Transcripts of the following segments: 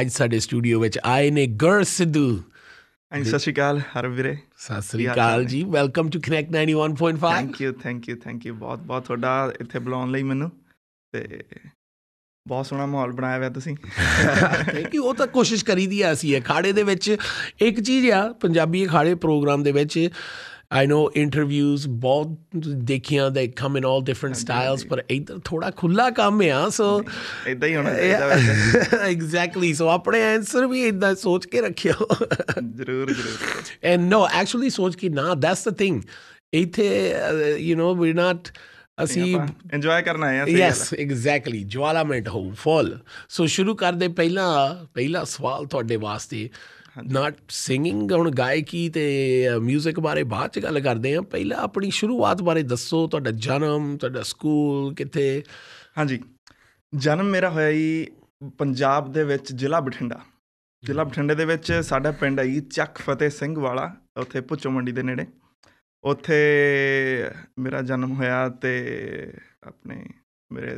ਅੱਜ ਸਾਡੇ ਸਟੂਡੀਓ ਵਿੱਚ ਆਏ ਨੇ ਗਰ ਸਿੱਧੂ ਹਾਂਜੀ ਸਤਿ ਸ਼੍ਰੀ ਅਕਾਲ ਹਰ ਵੀਰੇ ਸਤਿ ਸ੍ਰੀ ਅਕਾਲ ਜੀ welcome to Connect 91.5 thank you thank you thank you ਬਹੁਤ ਬਹੁਤ ਤੁਹਾਡਾ ਇੱਥੇ ਬੁਲਾਉਣ ਲਈ ਮੈਨੂੰ ਤੇ ਬਹੁਤ ਸੋਹਣਾ ਮਾਹੌਲ ਬਣਾਇਆ ਹੋਇਆ ਤੁਸੀਂ ਥੈਂਕ ਯੂ ਉਹ ਤਾਂ ਕੋਸ਼ਿਸ਼ ਕਰੀਦੀ ਆ ਅਸੀਂ ਅਖਾੜੇ ਦੇ ਵਿੱਚ ਇੱਕ ਚੀਜ਼ ਆ ਪੰਜਾਬੀ ਅਖਾੜੇ ਪ੍ਰੋਗਰਾਮ ਦੇ ਵਿੱਚ ਆਈ نو ਇੰਟਰਵਿਊਜ਼ ਬਹੁਤ ਦੇਖੀਆਂ ਦੇ ਕਮ ਇਨ 올 ਡਿਫਰੈਂਟ ਸਟਾਈਲਸ ਪਰ ਇਧਰ ਥੋੜਾ ਖੁੱਲਾ ਕੰਮ ਆ ਸੋ ਇਦਾਂ ਹੀ ਹੋਣਾ ਚਾਹੀਦਾ ਵੈਸੇ ਐਗਜ਼ੈਕਟਲੀ ਸੋ ਆਪਣੇ ਆਨਸਰ ਵੀ ਇਦਾਂ ਸੋਚ ਕੇ ਰੱਖਿਓ ਜ਼ਰੂਰ ਜ਼ਰੂਰ ਐਂਡ ਨੋ ਐਕਚੁਅਲੀ ਸੋਚ ਕੇ ਨਾ ਦੈਟਸ ਦ ਥਿੰਗ ਇਥੇ ਯੂ نو ਵੀ ਨਾਟ ਅਸੀਂ ਇੰਜੋਏ ਕਰਨਾ ਆਇਆ ਸੀ ਯੈਸ ਐਗਜ਼ੈਕਟਲੀ ਜਵਾਲਾਮੈਂਟ ਹੋ ਫੁੱਲ ਸੋ ਸ਼ੁਰੂ ਕਰਦੇ ਪਹਿਲਾਂ ਪਹਿਲਾ ਸਵਾਲ ਤੁਹਾਡੇ ਵਾਸਤੇ ਨਾਟ ਸਿੰਗਿੰਗ ਹੁਣ ਗਾਇਕੀ ਤੇ 뮤직 ਬਾਰੇ ਬਾਅਦ ਚ ਗੱਲ ਕਰਦੇ ਹਾਂ ਪਹਿਲਾਂ ਆਪਣੀ ਸ਼ੁਰੂਆਤ ਬਾਰੇ ਦੱਸੋ ਤੁਹਾਡਾ ਜਨਮ ਤੁਹਾਡਾ ਸਕੂਲ ਕਿੱਥੇ ਹਾਂਜੀ ਜਨਮ ਮੇਰਾ ਹੋਇਆ ਜੀ ਪੰਜਾਬ ਦੇ ਵਿੱਚ ਜ਼ਿਲ੍ਹਾ ਬਠਿੰਡਾ ਜ਼ਿਲ੍ਹਾ ਬਠਿੰਡੇ ਦੇ ਵਿੱਚ ਸਾਡਾ ਪਿੰਡ ਹੈ ਜੀ ਚੱਕ ਫਤਿਹ ਸਿੰਘ ਵਾਲਾ ਉੱਥੇ ਭੁੱਚੋ ਮੰਡੀ ਦੇ ਨੇੜੇ ਉੱਥੇ ਮੇਰਾ ਜਨਮ ਹੋਇਆ ਤੇ ਆਪਣੇ ਮੇਰੇ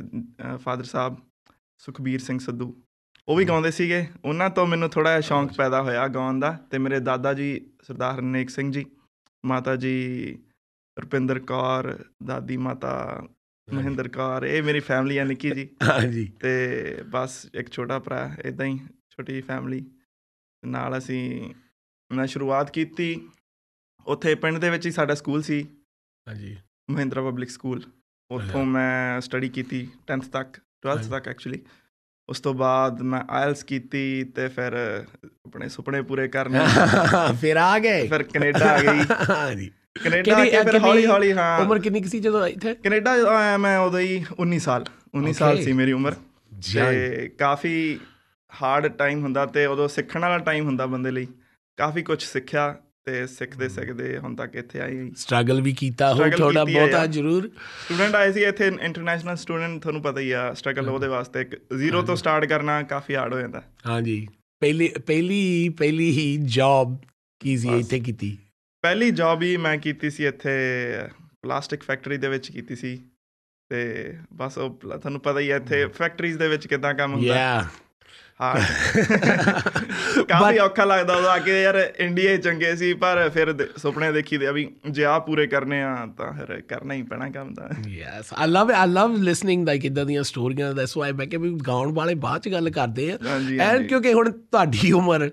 ਫਾਦਰ ਸਾਹਿਬ ਸੁਖਬੀਰ ਸਿੰਘ ਸਿੱਧੂ ਉਹ ਵੀ ਗਾਉਂਦੇ ਸੀਗੇ ਉਹਨਾਂ ਤੋਂ ਮੈਨੂੰ ਥੋੜਾ ਜਿਹਾ ਸ਼ੌਂਕ ਪੈਦਾ ਹੋਇਆ ਗਾਉਣ ਦਾ ਤੇ ਮੇਰੇ ਦਾਦਾ ਜੀ ਸਰਦਾਰ ਹਰਨੇਕ ਸਿੰਘ ਜੀ ਮਾਤਾ ਜੀ ਰੁਪਿੰਦਰ ਕੌਰ ਦਾਦੀ ਮਾਤਾ ਮਹਿੰਦਰ ਕੌਰ ਇਹ ਮੇਰੀ ਫੈਮਿਲੀ ਆ ਨਿੱਕੀ ਜੀ ਹਾਂਜੀ ਤੇ ਬਸ ਇੱਕ ਛੋਟਾ ਭਰਾ ਇਦਾਂ ਹੀ ਛੋਟੀ ਜਿਹੀ ਫੈਮਿਲੀ ਨਾਲ ਅਸੀਂ ਮੈਂ ਸ਼ੁਰੂਆਤ ਕੀਤੀ ਉੱਥੇ ਪਿੰਡ ਦੇ ਵਿੱਚ ਹੀ ਸਾਡਾ ਸਕੂਲ ਸੀ ਹਾਂਜੀ ਮਹਿੰਦਰਾ ਪਬਲਿਕ ਸਕੂਲ ਉੱਥੋਂ ਅੱਛਾ। ਮੈਂ ਸਟੱਡੀ ਕੀਤੀ 10th ਤੱਕ 12th ਹਾਂਜੀ। ਤੱਕ ਐਕਚੁਅਲੀ ਉਸ ਤੋਂ ਬਾਅਦ ਮੈਂ ਆਇਲਸ ਕੀਤੀ ਤੇ ਫਿਰ ਆਪਣੇ ਸੁਪਨੇ ਪੂਰੇ ਕਰਨੇ ਫਿਰ ਆ ਗਏ ਫਿਰ ਕੈਨੇਡਾ ਆ ਗਈ ਹਾਂਜੀ ਕੈਨੇਡਾ ਆ ਕਿਹੜੀ ਕੇ ਫਿਰ ਕਿੰਨੀ- ਹੌਲੀ ਹੌਲੀ ਹਾਂ ਉਮਰ ਕਿੰਨੀ ਕੁ ਸੀ ਜਦੋਂ ਇੱਥੇ ਕੈਨੇਡਾ ਜਦੋਂ ਆਇਆ ਮੈਂ ਉਦੋਂ ਹੀ 19 ਸਾਲ 19 ਸਾਲ Okay. ਸੀ ਮੇਰੀ ਉਮਰ ਤੇ ਕਾਫੀ ਹਾਰਡ ਟਾਈਮ ਹੁੰਦਾ ਤੇ ਉਦੋਂ ਸਿੱਖਣ ਵਾਲਾ ਟਾਈਮ ਹੁੰਦਾ ਬੰਦੇ ਲਈ ਕਾਫੀ ਕੁਝ ਸਿੱਖਿਆ ਤੇ ਸਿੱਖਦੇ ਸਿੱਖਦੇ ਹੁਣ ਤੱਕ ਇੱਥੇ ਆਏ ਸਟਰਗਲ ਵੀ ਕੀਤਾ ਹੋ Struggle ਥੋੜਾ ਕੀਤੀ ਹੈ ਬਹੁਤਾ ਯਾਰ। ਜ਼ਰੂਰ ਸਟੂਡੈਂਟ ਆਏ ਸੀ ਇੱਥੇ ਇੰਟਰਨੈਸ਼ਨਲ ਸਟੂਡੈਂਟ ਤੁਹਾਨੂੰ ਪਤਾ ਹੀ ਆ ਸਟਰਗਲ ਉਹਦੇ ਵਾਸਤੇ ਇੱਕ ਜ਼ੀਰੋ ਤੋਂ ਸਟਾਰਟ ਕਰਨਾ ਕਾਫੀ ਹਾਰਡ ਹੋ ਜਾਂਦਾ ਹਾਂਜੀ ਪਹਿਲੀ ਪਹਿਲੀ ਪਹਿਲੀ ਹੀ ਜੌਬ ਕੀ ਸੀ ਬਸ। ਇੱਥੇ ਕੀਤੀ ਪਹਿਲੀ ਜੌਬ ਹੀ ਮੈਂ ਕੀਤੀ ਸੀ ਇੱਥੇ ਪਲਾਸਟਿਕ ਫੈਕਟਰੀ ਦੇ ਵਿੱਚ ਕੀਤੀ ਸੀ ਤੇ ਬਸ ਉਹ ਪਲ- ਤੁਹਾਨੂੰ ਪਤਾ ਹੀ ਆ ਇੱਥੇ ਫੈਕਟਰੀਜ਼ ਦੇ ਵਿੱਚ ਕਿਦਾਂ ਕੰਮ ਹੁੰਦਾ ਯਾ ਹਾਂ ਕਾਫੀ ਔਖਾ ਲੱਗਦਾ ਉਦੋਂ ਆ ਕੇ ਯਾਰ ਇੰਡੀਆ ਹੀ ਚੰਗੇ ਸੀ ਪਰ ਫਿਰ ਦੇ- ਸੁਪਨੇ ਦੇਖੀਦੇ ਆ ਵੀ ਜੇ ਆ ਪੂਰੇ ਕਰਨੇ ਆ ਤਾਂ ਫਿਰ ਕਰਨਾ ਹੀ ਪੈਣਾ ਕੰਮ ਤਾਂ yes I love I love listening like ਇਦਾਂ ਦੀਆਂ ਸਟੋਰੀਆਂ ਦੈਟਸ ਵਾਈ ਮੈਂ ਕਿ ਵੀ ਗਾਉਣ ਵਾਲੇ ਬਾਅਦ ਚ ਗੱਲ ਕਰਦੇ ਆ ਹਾਂਜੀ, ਐਂਡ ਹਾਂਜੀ। ਕਿਉਂਕਿ ਹੁਣ ਤੁਹਾਡੀ ਉਮਰ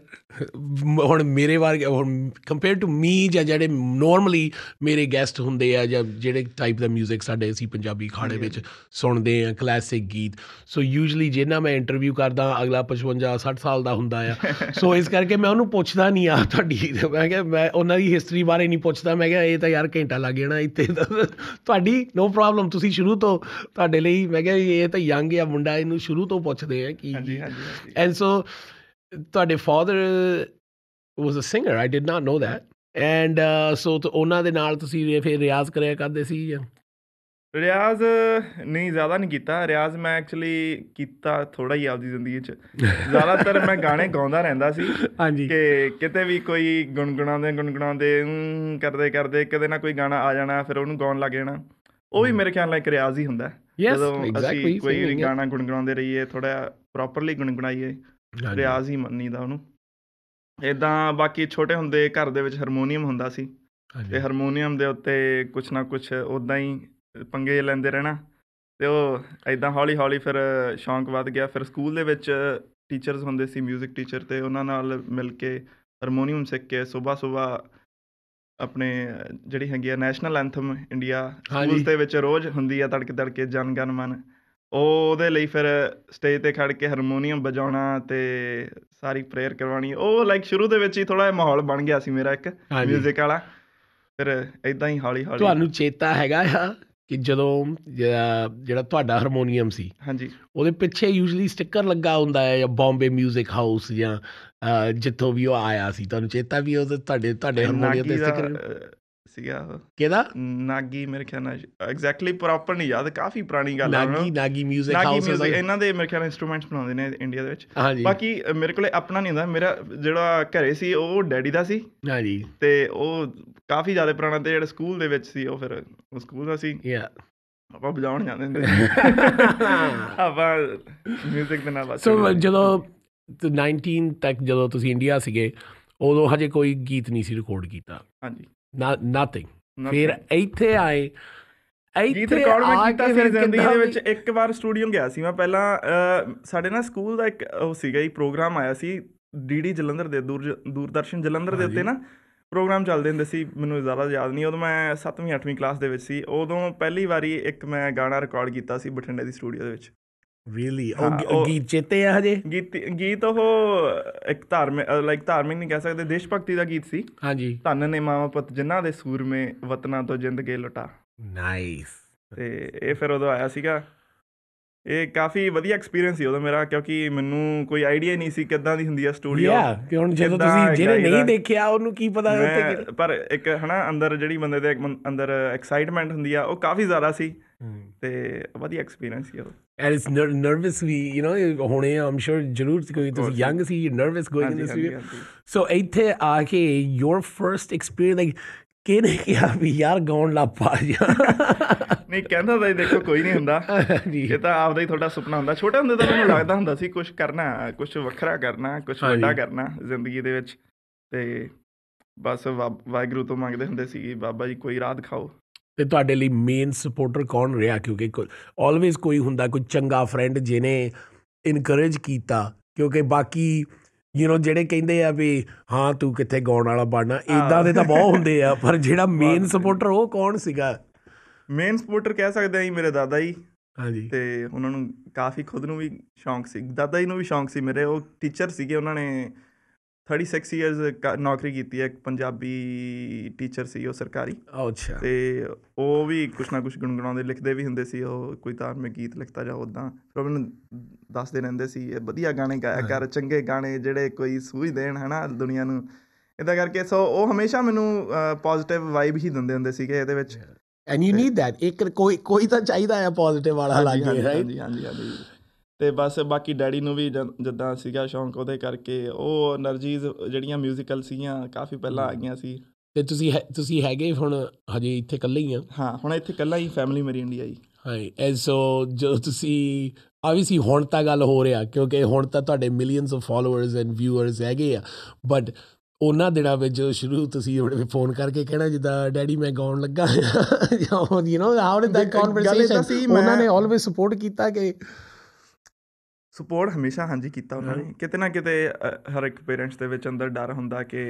ਮ- ਹੁਣ ਮੇਰੇ ਵਰਗੇ ਹੁਣ ਕੰਪੇਅਰ ਟੂ ਮੀ ਜਾਂ ਜਿਹੜੇ ਨੋਰਮਲੀ ਮੇਰੇ ਗੈਸਟ ਹੁੰਦੇ ਆ ਜਾਂ ਜਿਹੜੇ ਟਾਈਪ ਦਾ 뮤직 ਸਾਡੇ ਅਸੀਂ ਪੰਜਾਬੀ ਖਾੜੇ ਵਿੱਚ ਸੁਣਦੇ ਆ ਕਲਾਸਿਕ ਗੀਤ ਸੋ ਯੂਜੂਲੀ ਜਿੰਨਾ ਮੈਂ ਇੰਟਰਵਿਊ ਕਰਦਾ ਅਗਲਾ 55 60 ਸਾਲ ਦਾ ਹੁੰਦਾ ਆ ਸੋ ਇਸ ਕਰਕੇ ਮੈਂ ਉਹਨੂੰ ਪੁੱਛਦਾ ਨਹੀਂ ਆ ਤੁਹਾਡੀ ਮੈਂ ਕਿਹਾ ਮੈਂ ਉਹਨਾਂ ਦੀ ਹਿਸਟਰੀ ਬਾਰੇ ਨਹੀਂ ਪੁੱਛਦਾ ਮੈਂ ਕਿਹਾ ਇਹ ਤਾਂ ਯਾਰ ਘੰਟਾ ਲੱਗ ਜਾਣਾ ਇੱਥੇ ਤਾਂ। ਤੁਹਾਡੀ ਨੋ ਪ੍ਰੋਬਲਮ ਤੁਸੀਂ ਸ਼ੁਰੂ ਤੋਂ ਤੁਹਾਡੇ ਲਈ ਮੈਂ ਕਿਹਾ ਇਹ ਤਾਂ ਯੰਗ ਆ ਮੁੰਡਾ ਇਹਨੂੰ ਸ਼ੁਰੂ ਤੋਂ ਪੁੱਛਦੇ ਆ ਕੀ ਹਾਂਜੀ ਹਾਂਜੀ ਹਾਂਜੀ And so, ਤੁਹਾਡੇ father was a singer. I did not know that. And uh, so ਤੇ ਉਹਨਾਂ ਦੇ ਨਾਲ ਤੁਸੀਂ ਰੇ- ਫਿਰ ਰਿਆਜ਼ ਕਰਿਆ ਕਰਦੇ ਸੀ ਜਾਂ ਰਿਆਜ਼ ਨਹੀਂ ਜ਼ਿਆਦਾ ਨਹੀਂ ਕੀਤਾ ਰਿਆਜ਼ ਮੈਂ ਐਕਚੁਅਲੀ ਕੀਤਾ ਥੋੜਾ ਹੀ ਆਪਦੀ ਜ਼ਿੰਦਗੀ 'ਚ ਜ਼ਿਆਦਾਤਰ ਮੈਂ ਗਾਣੇ ਗਾਉਂਦਾ ਰਹਿੰਦਾ ਸੀ ਹਾਂਜੀ ਕਿ ਕਿਤੇ ਵੀ ਕੋਈ ਗੁੰਗਣਾਉਂਦੇ ਗੁੰਗਣਾਉਂਦੇ ਊਂ ਕਰਦੇ ਕਰਦੇ ਕਦੇ ਨਾ ਕੋਈ ਗਾਣਾ ਆ ਜਾਣਾ ਫਿਰ ਉਹਨੂੰ ਗਾਉਣ ਲੱਗ ਜਾਣਾ ਉਹ ਵੀ ਮੇਰੇ ਖਿਆਲ ਨਾਲ ਇੱਕ ਰਿਆਜ਼ ਹੀ ਹੁੰਦਾ Yes, exactly, ਅਸੀਂ ਕੋਈ singing, ਵੀ yeah. ਗਾਣਾ ਗੁੰਗਣਾਉਂਦੇ ਰਹੀਏ ਥੋੜਾ ਪ੍ਰੋਪਰਲੀ ਗੁੰਗਣਾਈਏ ਰਿਆਜ਼ ਹੀ ਮੰਨੀਦਾ ਉਹਨੂੰ ਇਦਾਂ ਬਾਕੀ ਛੋਟੇ ਹੁੰਦੇ ਘਰ ਦੇ ਵਿੱਚ ਹਾਰਮੋਨੀਅਮ ਹੁੰਦਾ ਸੀ ਤੇ ਹਾਰਮੋਨੀਅਮ ਦੇ ਉੱਤੇ ਕੁਛ ਨਾ ਕੁਛ ਉਦਾਂ ਹੀ ਪੰਗੇ ਲੈਂਦੇ ਰਹਿਣਾ ਤੇ ਉਹ ਐਦਾਂ ਹੌਲੀ ਹੌਲੀ ਫਿਰ ਸ਼ੌਂਕ ਵੱਧ ਗਿਆ ਫਿਰ ਸਕੂਲ ਦੇ ਵਿੱਚ ਟੀਚਰਸ ਹੁੰਦੇ ਸੀ 뮤직 ਟੀਚਰ ਤੇ ਉਹਨਾਂ ਨਾਲ ਮਿਲ ਕੇ ਹਾਰਮੋਨੀਅਮ ਸਿੱਖ ਕੇ ਸਵੇਰ ਸਵੇਰ ਆਪਣੇ ਜਿਹੜੀ ਹੈਗੀ ਆ ਨੈਸ਼ਨਲ ਐਂਥਮ ਇੰਡੀਆ ਹਾਂਜੀ। ਸਕੂਲ ਦੇ ਵਿੱਚ ਰੋਜ਼ ਹੁੰਦੀ ਆ ਤੜਕੇ ਤੜਕੇ ਜਨ ਗਨ ਮਨ ਉਹ ਉਹਦੇ ਲਈ ਫਿਰ ਸਟੇਜ ਤੇ ਖੜ ਕੇ ਹਾਰਮੋਨੀਅਮ ਵਜਾਉਣਾ ਤੇ ਸਾਰੀ ਪ੍ਰੇਅਰ ਕਰਵਾਉਣੀ ਉਹ ਲਾਈਕ ਸ਼ੁਰੂ ਦੇ ਵਿੱਚ ਹੀ ਥੋੜਾ ਜਿਹਾ ਮਾਹੌਲ ਬਣ ਗਿਆ ਸੀ ਮੇਰਾ ਇੱਕ ਹਾਂਜੀ। ਮਿਊਜ਼ਿਕ ਵਾਲਾ ਫਿਰ ਇਦਾਂ ਹੀ ਹੌਲੀ ਹੌਲੀ ਤੁਹਾਨੂੰ ਚੇਤਾ ਹੈਗਾ ਆ ਕਿ ਜਦੋਂ ਜਿਹੜਾ ਜਿਹੜਾ ਤੁਹਾਡਾ ਹਾਰਮੋਨੀਅਮ ਸੀ ਹਾਂਜੀ ਉਹਦੇ ਪਿੱਛੇ ਯੂਜੂਲੀ ਸਟicker ਲੱਗਾ ਹੁੰਦਾ ਹੈ ਜਾਂ ਬੰਬੇ 뮤직 ਹਾਊਸ ਜਾਂ ਅਹ, ਜਿੱਥੋਂ ਵੀ ਉਹ ਆਇਆ ਸੀ ਤੁਹਾਨੂੰ ਚੇਤਾ ਵੀ ਉਹ ਤੁਹਾਡੇ ਤੁਹਾਡੇ ਹਾਰਮੋਨੀਅਮ ਨਾਗੀ ਤੇ ਦਾ ਸਟicker ਅਹ, ਸੀਗਾ ਉਹ। ਕਿਹਦਾ ਨਾਗੀ ਮੇਰੇ ਖਿਆਲ ਨਾਲ ਐਗਜ਼ੈਕਟਲੀ ਪ੍ਰੋਪਰ ਨਹੀਂ ਯਾਦ ਕਾਫੀ ਪੁਰਾਣੀ ਗੱਲ ਆ ਨਾਗੀ ਨਾਗੀ 뮤직 ਨਾਗੀ ਹਾਊਸ ਮਿਊਜ਼ਿਕ ਇਹਨਾਂ ਦੇ ਮੇਰੇ ਖਿਆਲ ਨਾਲ ਇਨਸਟਰੂਮੈਂਟਸ ਬਣਾਉਂਦੇ ਨੇ ਇੰਡੀਆ ਦੇ ਵਿੱਚ ਹਾਂਜੀ ਬਾਕੀ ਅ, ਮੇਰੇ ਕੋਲੇ ਆਪਣਾ ਨਹੀਂ ਹੁੰਦਾ ਮੇਰਾ ਜਿਹੜਾ ਘਰੇ ਸੀ ਉਹ ਡੈਡੀ ਦਾ ਸੀ ਹਾਂਜੀ ਤੇ ਉਹ ਕਾਫੀ ਜ਼ਿਆਦਾ ਪੁਰਾਣਾ ਤੇ ਜਿਹੜਾ ਸਕੂਲ ਦੇ ਵਿੱਚ ਸੀ ਉਹ ਫਿਰ ਉਹ ਸਕੂਲ ਦਾ ਸੀ ਯਾ ਆਪਾਂ ਬੁਲਾਉਣ ਜਾਂਦੇ ਹੁੰਦੇ ਸੀ। ਆਪਾਂ ਮਿਊਜ਼ਿਕ ਦੇ ਨਾਲ ਬਸ ਸੋ ਜਦੋਂ ਤੇ 19 ਤੱਕ ਜਦੋਂ ਤੁਸੀਂ ਇੰਡੀਆ ਸੀਗੇ ਉਦੋਂ ਹਜੇ ਕੋਈ ਗੀਤ ਨਹੀਂ ਸੀ ਰਿਕਾਰਡ ਕੀਤਾ ਹਾਂਜੀ ਨਾ ਨਾਥਿੰਗ Nothing. ਫਿਰ ਇੱਥੇ ਆਏ ਗੀਤ ਇੱਥੇ ਰਿਕਾਰਡ ਮੈਂ ਆ ਕੀਤਾ ਕੇ ਸੀ ਫਿਰ ਜ਼ਿੰਦਗੀ ਦੇ ਕਿੱਦਾਂ ਵਿੱਚ ਇੱਕ ਵਾਰ ਸਟੂਡੀਓ ਗਿਆ ਸੀ ਮੈਂ ਪਹਿਲਾਂ ਅਹ, ਸਾਡੇ ਨਾ ਸਕੂਲ ਦਾ ਇੱਕ ਉਹ ਸੀਗਾ ਹੀ ਪ੍ਰੋਗਰਾਮ ਆਇਆ ਸੀ ਡੀਡੀ ਜਲੰਧਰ ਦੇ ਦੂਰ ਦੂਰਦਰਸ਼ਨ ਜਲੰਧਰ ਦੇ ਉੱਤੇ ਨਾ ਪ੍ਰੋਗਰਾਮ ਚੱਲਦੇ ਹੁੰਦੇ ਸੀ ਮੈਨੂੰ ਜ਼ਿਆਦਾ ਯਾਦ ਨਹੀਂ ਉਦੋਂ ਮੈਂ 7ਵੀਂ 8ਵੀਂ ਕਲਾਸ ਦੇ ਵਿੱਚ ਸੀ ਉਦੋਂ ਪਹਿਲੀ ਵਾਰੀ ਇੱਕ ਮੈਂ ਗਾਣਾ ਰਿਕਾਰਡ ਕੀਤਾ ਸੀ ਬਠਿੰਡੇ ਦੀ ਸਟੂਡੀਓ ਦੇ ਵਿੱਚ ਰੀਲੀ ਹਾਂ, ਉਹ- ਉਹ ਗੀਤ ਚੇਤੇ ਆ ਹਜੇ ਗੀਤ ਗੀਤ ਉਹ ਇੱਕ ਧਾਰਮਿਕ ਲਾਈਕ ਧਾਰਮਿਕ ਨਹੀਂ ਕਹਿ ਸਕਦੇ ਦੇਸ਼ ਭਗਤੀ ਦਾ ਗੀਤ ਸੀ ਹਾਂਜੀ ਧੰਨ ਨੇ ਮਾਵਾਂ ਪੁੱਤ ਜਿਨ੍ਹਾਂ ਦੇ ਸੂਰਮੇ ਵਤਨਾਂ ਤੋਂ ਜਿੰਦ ਗਏ ਲੁਟਾ ਨਾਈਸ ਤੇ ਇਹ ਫਿਰ ਉਦੋਂ ਆਇਆ ਸੀਗਾ ਇਹ ਕਾਫੀ ਵਧੀਆ ਐਕਸਪੀਰੀਅੰਸ ਸੀ ਉਦੋਂ ਮੇਰਾ ਕਿਉਂਕਿ ਮੈਨੂੰ ਕੋਈ ਆਈਡੀਆ ਹੀ ਨਹੀਂ ਸੀ ਕਿੱਦਾਂ ਦੀ ਹੁੰਦੀ ਆ ਸਟੂਡੀਓ ਯਾ ਕਿ ਹੁਣ ਜਦੋਂ ਕਿੱਦਾਂ ਤੁਸੀਂ ਜਿਹਨੇ ਗਾਈਦਾ। ਨਹੀਂ ਦੇਖਿਆ ਉਹਨੂੰ ਕੀ ਪਤਾ ਉੱਥੇ ਕਿ- ਮੈਂ ਪਰ ਇੱਕ ਹਨਾ ਅੰਦਰ ਜਿਹੜੀ ਬੰਦੇ ਦੇ ਮਨ- ਅੰਦਰ ਐਕਸਾਈਟਮੈਂਟ ਹੁੰਦੀ ਆ ਉਹ ਕਾਫੀ ਜ਼ਿਆਦਾ ਸੀ ਹਮ। ਤੇ ਵਧੀਆ ਐਕਸਪੀਰੀਅੰਸ ਸੀ ਉਹ ਐਂਡ ਇਟਸ ਨਰਵਸ ਵੀ ਯੂ نو ਹੁਣੇ ਆਮ ਸ਼ੋਰ ਜ਼ਰੂਰ ਸੀ, ਕਿਉਂਕਿ ਤੁਸੀਂ course. ਯੰਗ ਸੀ ਨਰਵਸ ਗੋਇੰਗ ਇਨ ਹਾਂਜੀ, ਦਿਸ ਹਾਂਜੀ, ਵੀ ਹਾਂਜੀ। ਸੋ ਇੱਥੇ ਆ ਕੇ ਯੋਰ ਫਰਸਟ ਐਕਸਪੀਰੀਅੰਸ ਲਾਈਕ ਕਿਹਨੇ ਕਿਹਾ ਵੀ ਯਾਰ ਗਾਉਣ ਲੱਗ ਪਾ ਜਾ ਨਹੀਂ ਕਹਿੰਦਾ ਤਾਂ ਇਹ ਦੇਖੋ ਕੋਈ ਨਹੀਂ ਹੁੰਦਾ ਜੀ ਇਹ ਤਾਂ ਆਪਦਾ ਹੀ ਤੁਹਾਡਾ ਸੁਪਨਾ ਹੁੰਦਾ ਛੋਟੇ ਹੁੰਦੇ ਤਾਂ ਮੈਨੂੰ ਲੱਗਦਾ ਹੁੰਦਾ ਸੀ ਕੁਝ ਕਰਨਾ ਕੁਝ ਵੱਖਰਾ ਕਰਨਾ ਕੁਝ ਹਾਂਜੀ। ਵੱਡਾ ਕਰਨਾ ਜ਼ਿੰਦਗੀ ਦੇ ਵਿੱਚ ਤੇ ਬਸ ਵਾ- ਵਾਹਿਗੁਰੂ ਤੋਂ ਮੰਗਦੇ ਹੁੰਦੇ ਸੀ ਬਾਬਾ ਜੀ ਕੋਈ ਰਾਹ ਦਿਖਾਓ ਤੇ ਤੁਹਾਡੇ ਲਈ ਮੇਨ ਸਪੋਰਟਰ ਕੌਣ ਰਿਹਾ ਕਿਉਂਕਿ ਆਲਵੇਜ਼ ਕੋਈ ਹੁੰਦਾ ਕੋਈ ਚੰਗਾ ਫਰੈਂਡ ਜਿਹਨੇ ਇਨਕਰੇਜ ਕੀਤਾ ਕਿਉਂਕਿ ਬਾਕੀ ਯੂ نو ਜਿਹੜੇ ਕਹਿੰਦੇ ਆ ਵੀ ਹਾਂ ਤੂੰ ਕਿੱਥੇ ਗਾਉਣ ਵਾਲਾ ਬਣਨਾ ਇਦਾਂ ਦੇ ਤਾਂ ਬਹੁਤ ਹੁੰਦੇ ਆ ਪਰ ਜਿਹੜਾ ਮੇਨ ਬਹੁਤ। ਸਪੋਰਟਰ ਉਹ ਕੌਣ ਸੀਗਾ ਮੇਨ ਸਪੋਰਟਰ ਕਹਿ ਸਕਦੇ ਆ ਜੀ ਮੇਰੇ ਦਾਦਾ ਜੀ ਹਾਂਜੀ ਤੇ ਉਹਨਾਂ ਨੂੰ ਕਾਫੀ ਖੁਦ ਨੂੰ ਵੀ ਸ਼ੌਂਕ ਸੀ ਦਾਦਾ ਜੀ ਨੂੰ ਵੀ ਸ਼ੌਂਕ ਸੀ ਮੇਰੇ ਉਹ ਟੀਚਰ ਸੀਗੇ ਉਹਨਾਂ ਨੇ 36 ਇਅਰਸ ਨੌਕਰੀ ਕੀਤੀ ਹੈ ਇੱਕ ਪੰਜਾਬੀ ਟੀਚਰ ਸੀ ਉਹ ਸਰਕਾਰੀ ਅੱਛਾ ਤੇ ਉਹ ਵੀ ਕੁਛ ਨਾ ਕੁਛ ਗੁੰਗਣਾਉਂਦੇ ਲਿਖਦੇ ਵੀ ਹੁੰਦੇ ਸੀ ਉਹ ਕੋਈ ਧਾਰਮਿਕ ਗੀਤ ਲਿਖਤਾ ਜਾਂ ਉਦਾਂ ਫਿਰ ਉਹ ਮੈਨੂੰ ਦੱਸਦੇ ਰਹਿੰਦੇ ਸੀ ਇਹ ਵਧੀਆ ਗਾਣੇ ਗਾਇਆ ਕਰ ਚੰਗੇ ਗਾਣੇ ਜਿਹੜੇ ਕੋਈ ਸੂਝ ਦੇਣ ਹਨਾ ਦੁਨੀਆ ਨੂੰ ਇਦਾਂ ਕਰਕੇ ਸੋ ਉਹ ਹਮੇਸ਼ਾ ਮੈਨੂੰ ਪੋਜ਼ਿਟਿਵ ਵਾਈਬ ਹੀ ਦਿੰਦੇ ਹੁੰਦੇ ਸੀਗੇ ਇਹਦੇ ਵਿੱਚ ਐਂਡ ਯੂ ਨੀਡ ਥੈਟ ਇੱਕ ਕੋਈ ਕੋਈ ਤਾਂ ਚਾਹੀਦਾ ਆ ਪੋਜ਼ਿਟਿਵ ਵਾਲਾ ਲਾਗੇ ਰਾਈਟ ਹਾਂਜੀ ਹਾਂਜੀ ਹਾਂਜੀ ਤੇ ਬਸ ਬਾਕੀ ਡੈਡੀ ਨੂੰ ਵੀ ਜਦ- ਜਿੱਦਾਂ ਸੀਗਾ ਸ਼ੌਂਕ ਉਹਦੇ ਕਰਕੇ ਉਹ એનર્ਜੀਜ਼ ਜਿਹੜੀਆਂ 뮤지컬 ਸੀਗੀਆਂ ਕਾਫੀ ਪਹਿਲਾਂ ਆ ਗਈਆਂ ਸੀ ਤੇ ਤੁਸੀਂ ਹੈ- ਤੁਸੀਂ ਹੈਗੇ ਹੁਣ ਹਜੇ ਇੱਥੇ ਇਕੱਲੇ ਹੀ ਆ ਹਾਂ ਹੁਣ ਇੱਥੇ ਇਕੱਲਾ ਹੀ ਫੈਮਿਲੀ ਮੇਰੀ ਇੰਡੀਆ ਜੀ ਹਾਂਜੀ ਐਂਡ ਸੋ ਜਦੋਂ ਤੁਸੀਂ ਆਬਵੀਅਸਲੀ ਹੁਣ ਤਾਂ ਗੱਲ ਹੋ ਰਿਹਾ ਕਿਉਂਕਿ ਹੁਣ ਤਾਂ ਤੁਹਾਡੇ millions of followers and viewers ਹੈਗੇ ਆ ਬਟ ਉਹਨਾਂ ਦਿਨਾਂ ਵਿੱਚ ਜਦੋਂ ਸ਼ੁਰੂ ਤੁਸੀਂ ਉਹਨੇ ਫੋਨ ਕਰਕੇ ਕਹਿਣਾ ਜਿੱਦਾਂ ਡੈਡੀ ਮੈਂ ਗਾਉਣ ਲੱਗਾ ਯੂ نو ਹਾਊ ਡਿਡ ਗੱਲ ਦੈਟ ਏਦਾਂ ਸੀ, ਕਨਵਰਸੇਸ਼ਨ ਮੈਂ- ਉਹਨਾਂ ਨੇ ਆਲਵੇਸ ਸਪੋਰਟ ਕੀਤਾ ਕਿ ਸਪੋਰਟ ਹਮੇਸ਼ਾ ਹਾਂਜੀ ਕੀਤਾ ਉਹਨਾਂ ਨੇ ਕਿਤੇ ਨਾ ਕਿਤੇ ਅ, ਹਰ ਇੱਕ ਪੇਰੈਂਟਸ ਦੇ ਵਿੱਚ ਅੰਦਰ ਡਰ ਹੁੰਦਾ ਕਿ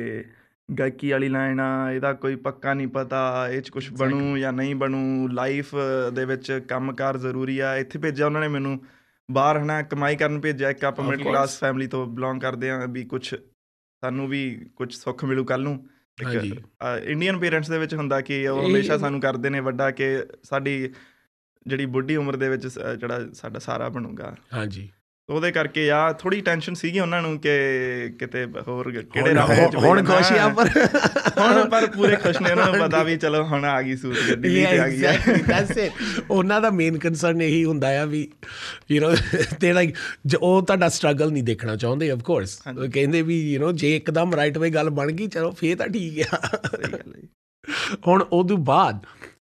ਗਾਇਕੀ ਵਾਲੀ ਲਾਈਨ ਆ ਇਹਦਾ ਕੋਈ ਪੱਕਾ ਨਹੀਂ ਪਤਾ ਇਹ ਚ ਕੁਝ ਬਣੂ ਜਾਂ ਨਹੀਂ ਬਣੂ ਲਾਈਫ ਦੇ ਵਿੱਚ ਕੰਮਕਾਰ ਜ਼ਰੂਰੀ ਆ ਇੱਥੇ ਭੇਜਿਆ ਉਹਨਾਂ ਨੇ ਮੈਨੂੰ ਬਾਹਰ ਹਨਾ ਕਮਾਈ ਕਰਨ ਭੇਜਿਆ ਇੱਕ ਆਪਾਂ Of ਮਿਡਲ ਕਲਾਸ ਫੈਮਿਲੀ ਤੋਂ ਬਿਲੋਂਗ ਕਰਦੇ ਆ ਵੀ ਕੁਝ ਸਾਨੂੰ ਵੀ ਕੁਝ ਸੁੱਖ ਮਿਲੂ ਕੱਲ ਨੂੰ ਹਾਂਜੀ। ਇੰਡੀਅਨ ਪੇਰੈਂਟਸ ਦੇ ਵਿੱਚ ਹੁੰਦਾ ਕਿ ਉਹ ਇਹ- ਹਮੇਸ਼ਾ ਸਾਨੂੰ ਕਰਦੇ ਨੇ ਵੱਡਾ ਕਿ ਸਾਡੀ ਜਿਹੜੀ ਬੁੱਢੀ ਉਮਰ ਦੇ ਵਿੱਚ ਸ- ਜਿਹੜਾ ਸਾਡਾ ਸਾਰਾ ਬਣੂਗਾ ਹਾਂਜੀ ਉਹਦੇ ਕਰਕੇ ਆ ਥੋੜੀ ਟੈਨਸ਼ਨ ਸੀਗੀ ਉਹਨਾਂ ਨੂੰ ਕਿ ਕਿਤੇ ਹੋਰ ਕਿਹੜੇ ਹੁਣ- ਰਾਹ ਚ ਹੁਣ ਵਜਣਾ। ਖੁਸ਼ ਆ ਪਰ ਹੁਣ ਪਰ ਪੂਰੇ ਖੁਸ਼ ਨੇ ਉਹਨਾਂ ਨੂੰ ਪਤਾ ਵੀ ਚਲੋ ਹੁਣ ਆ ਗਈ ਸੂਰ ਗੱਡੀ ਵੀ ਤੇ ਆ ਗਈ ਹੈ ਦੈਟਸ ਇਟ ਉਹਨਾਂ ਦਾ ਮੇਨ ਕਨਸਰਨ ਇਹੀ ਹੁੰਦਾ ਆ ਵੀ ਯੂ نو ਤੇ ਲਾਈਕ ਉਹ ਤੁਹਾਡਾ ਸਟਰਗਲ ਨਹੀਂ ਦੇਖਣਾ ਚਾਹੁੰਦੇ ਆਫ ਕੋਰਸ ਹਾਂਜੀ। ਕਹਿੰਦੇ ਵੀ ਯੂ نو ਜੇ ਇੱਕਦਮ ਰਾਈਟ ਵੇ ਗੱਲ ਬਣ ਗਈ ਚਲੋ ਫੇਰ ਤਾਂ ਠੀਕ ਆ ਸਹੀ ਗੱਲ ਹੈ ਜੀ। ਹੁਣ ਉਦੋਂ ਬਾਅਦ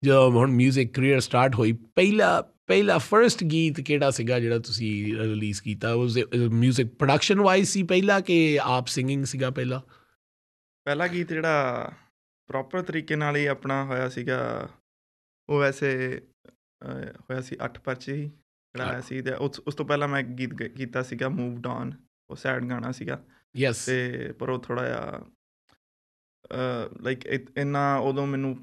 ਜਦੋਂ ਹੁਣ 뮤직 ਕਰੀਅਰ ਸਟਾਰਟ ਹੋਈ ਪਹਿਲਾ ਪਹਿਲਾ ਫਰਸਟ ਗੀਤ ਕਿਹੜਾ ਸੀਗਾ ਜਿਹੜਾ ਤੁਸੀਂ ਰਿਲੀਜ਼ ਕੀਤਾ ਉਸ 뮤직 ਪ੍ਰੋਡਕਸ਼ਨ ਵਾਈਜ਼ ਸੀ ਪਹਿਲਾ ਕਿ ਆਪ ਸਿੰਗਿੰਗ ਸੀਗਾ ਪਹਿਲਾ ਪਹਿਲਾ ਗੀਤ ਜਿਹੜਾ ਪ੍ਰੋਪਰ ਤਰੀਕੇ ਨਾਲ ਹੀ ਆਪਣਾ ਹੋਇਆ ਸੀਗਾ ਉਹ ਵੈਸੇ ਅਹ, ਹੋਇਆ ਸੀ 8 ਪਰਚੇ ਹੀ ਜਿਹੜਾ ਆਇਆ ਸੀ ਤੇ ਉਸ ਉਸ ਤੋਂ ਪਹਿਲਾਂ ਮੈਂ ਇੱਕ ਗੀਤ ਗ- ਕੀਤਾ ਸੀਗਾ ਮੂਵਡ ਔਨ ਉਹ ਸੈਡ ਗਾਣਾ ਸੀਗਾ ਯੈਸ ਤੇ ਪਰ ਉਹ ਥੋੜਾ ਜਿਹਾ ਲਾਈਕ ਇੰਨਾ ਉਦੋਂ ਮੈਨੂੰ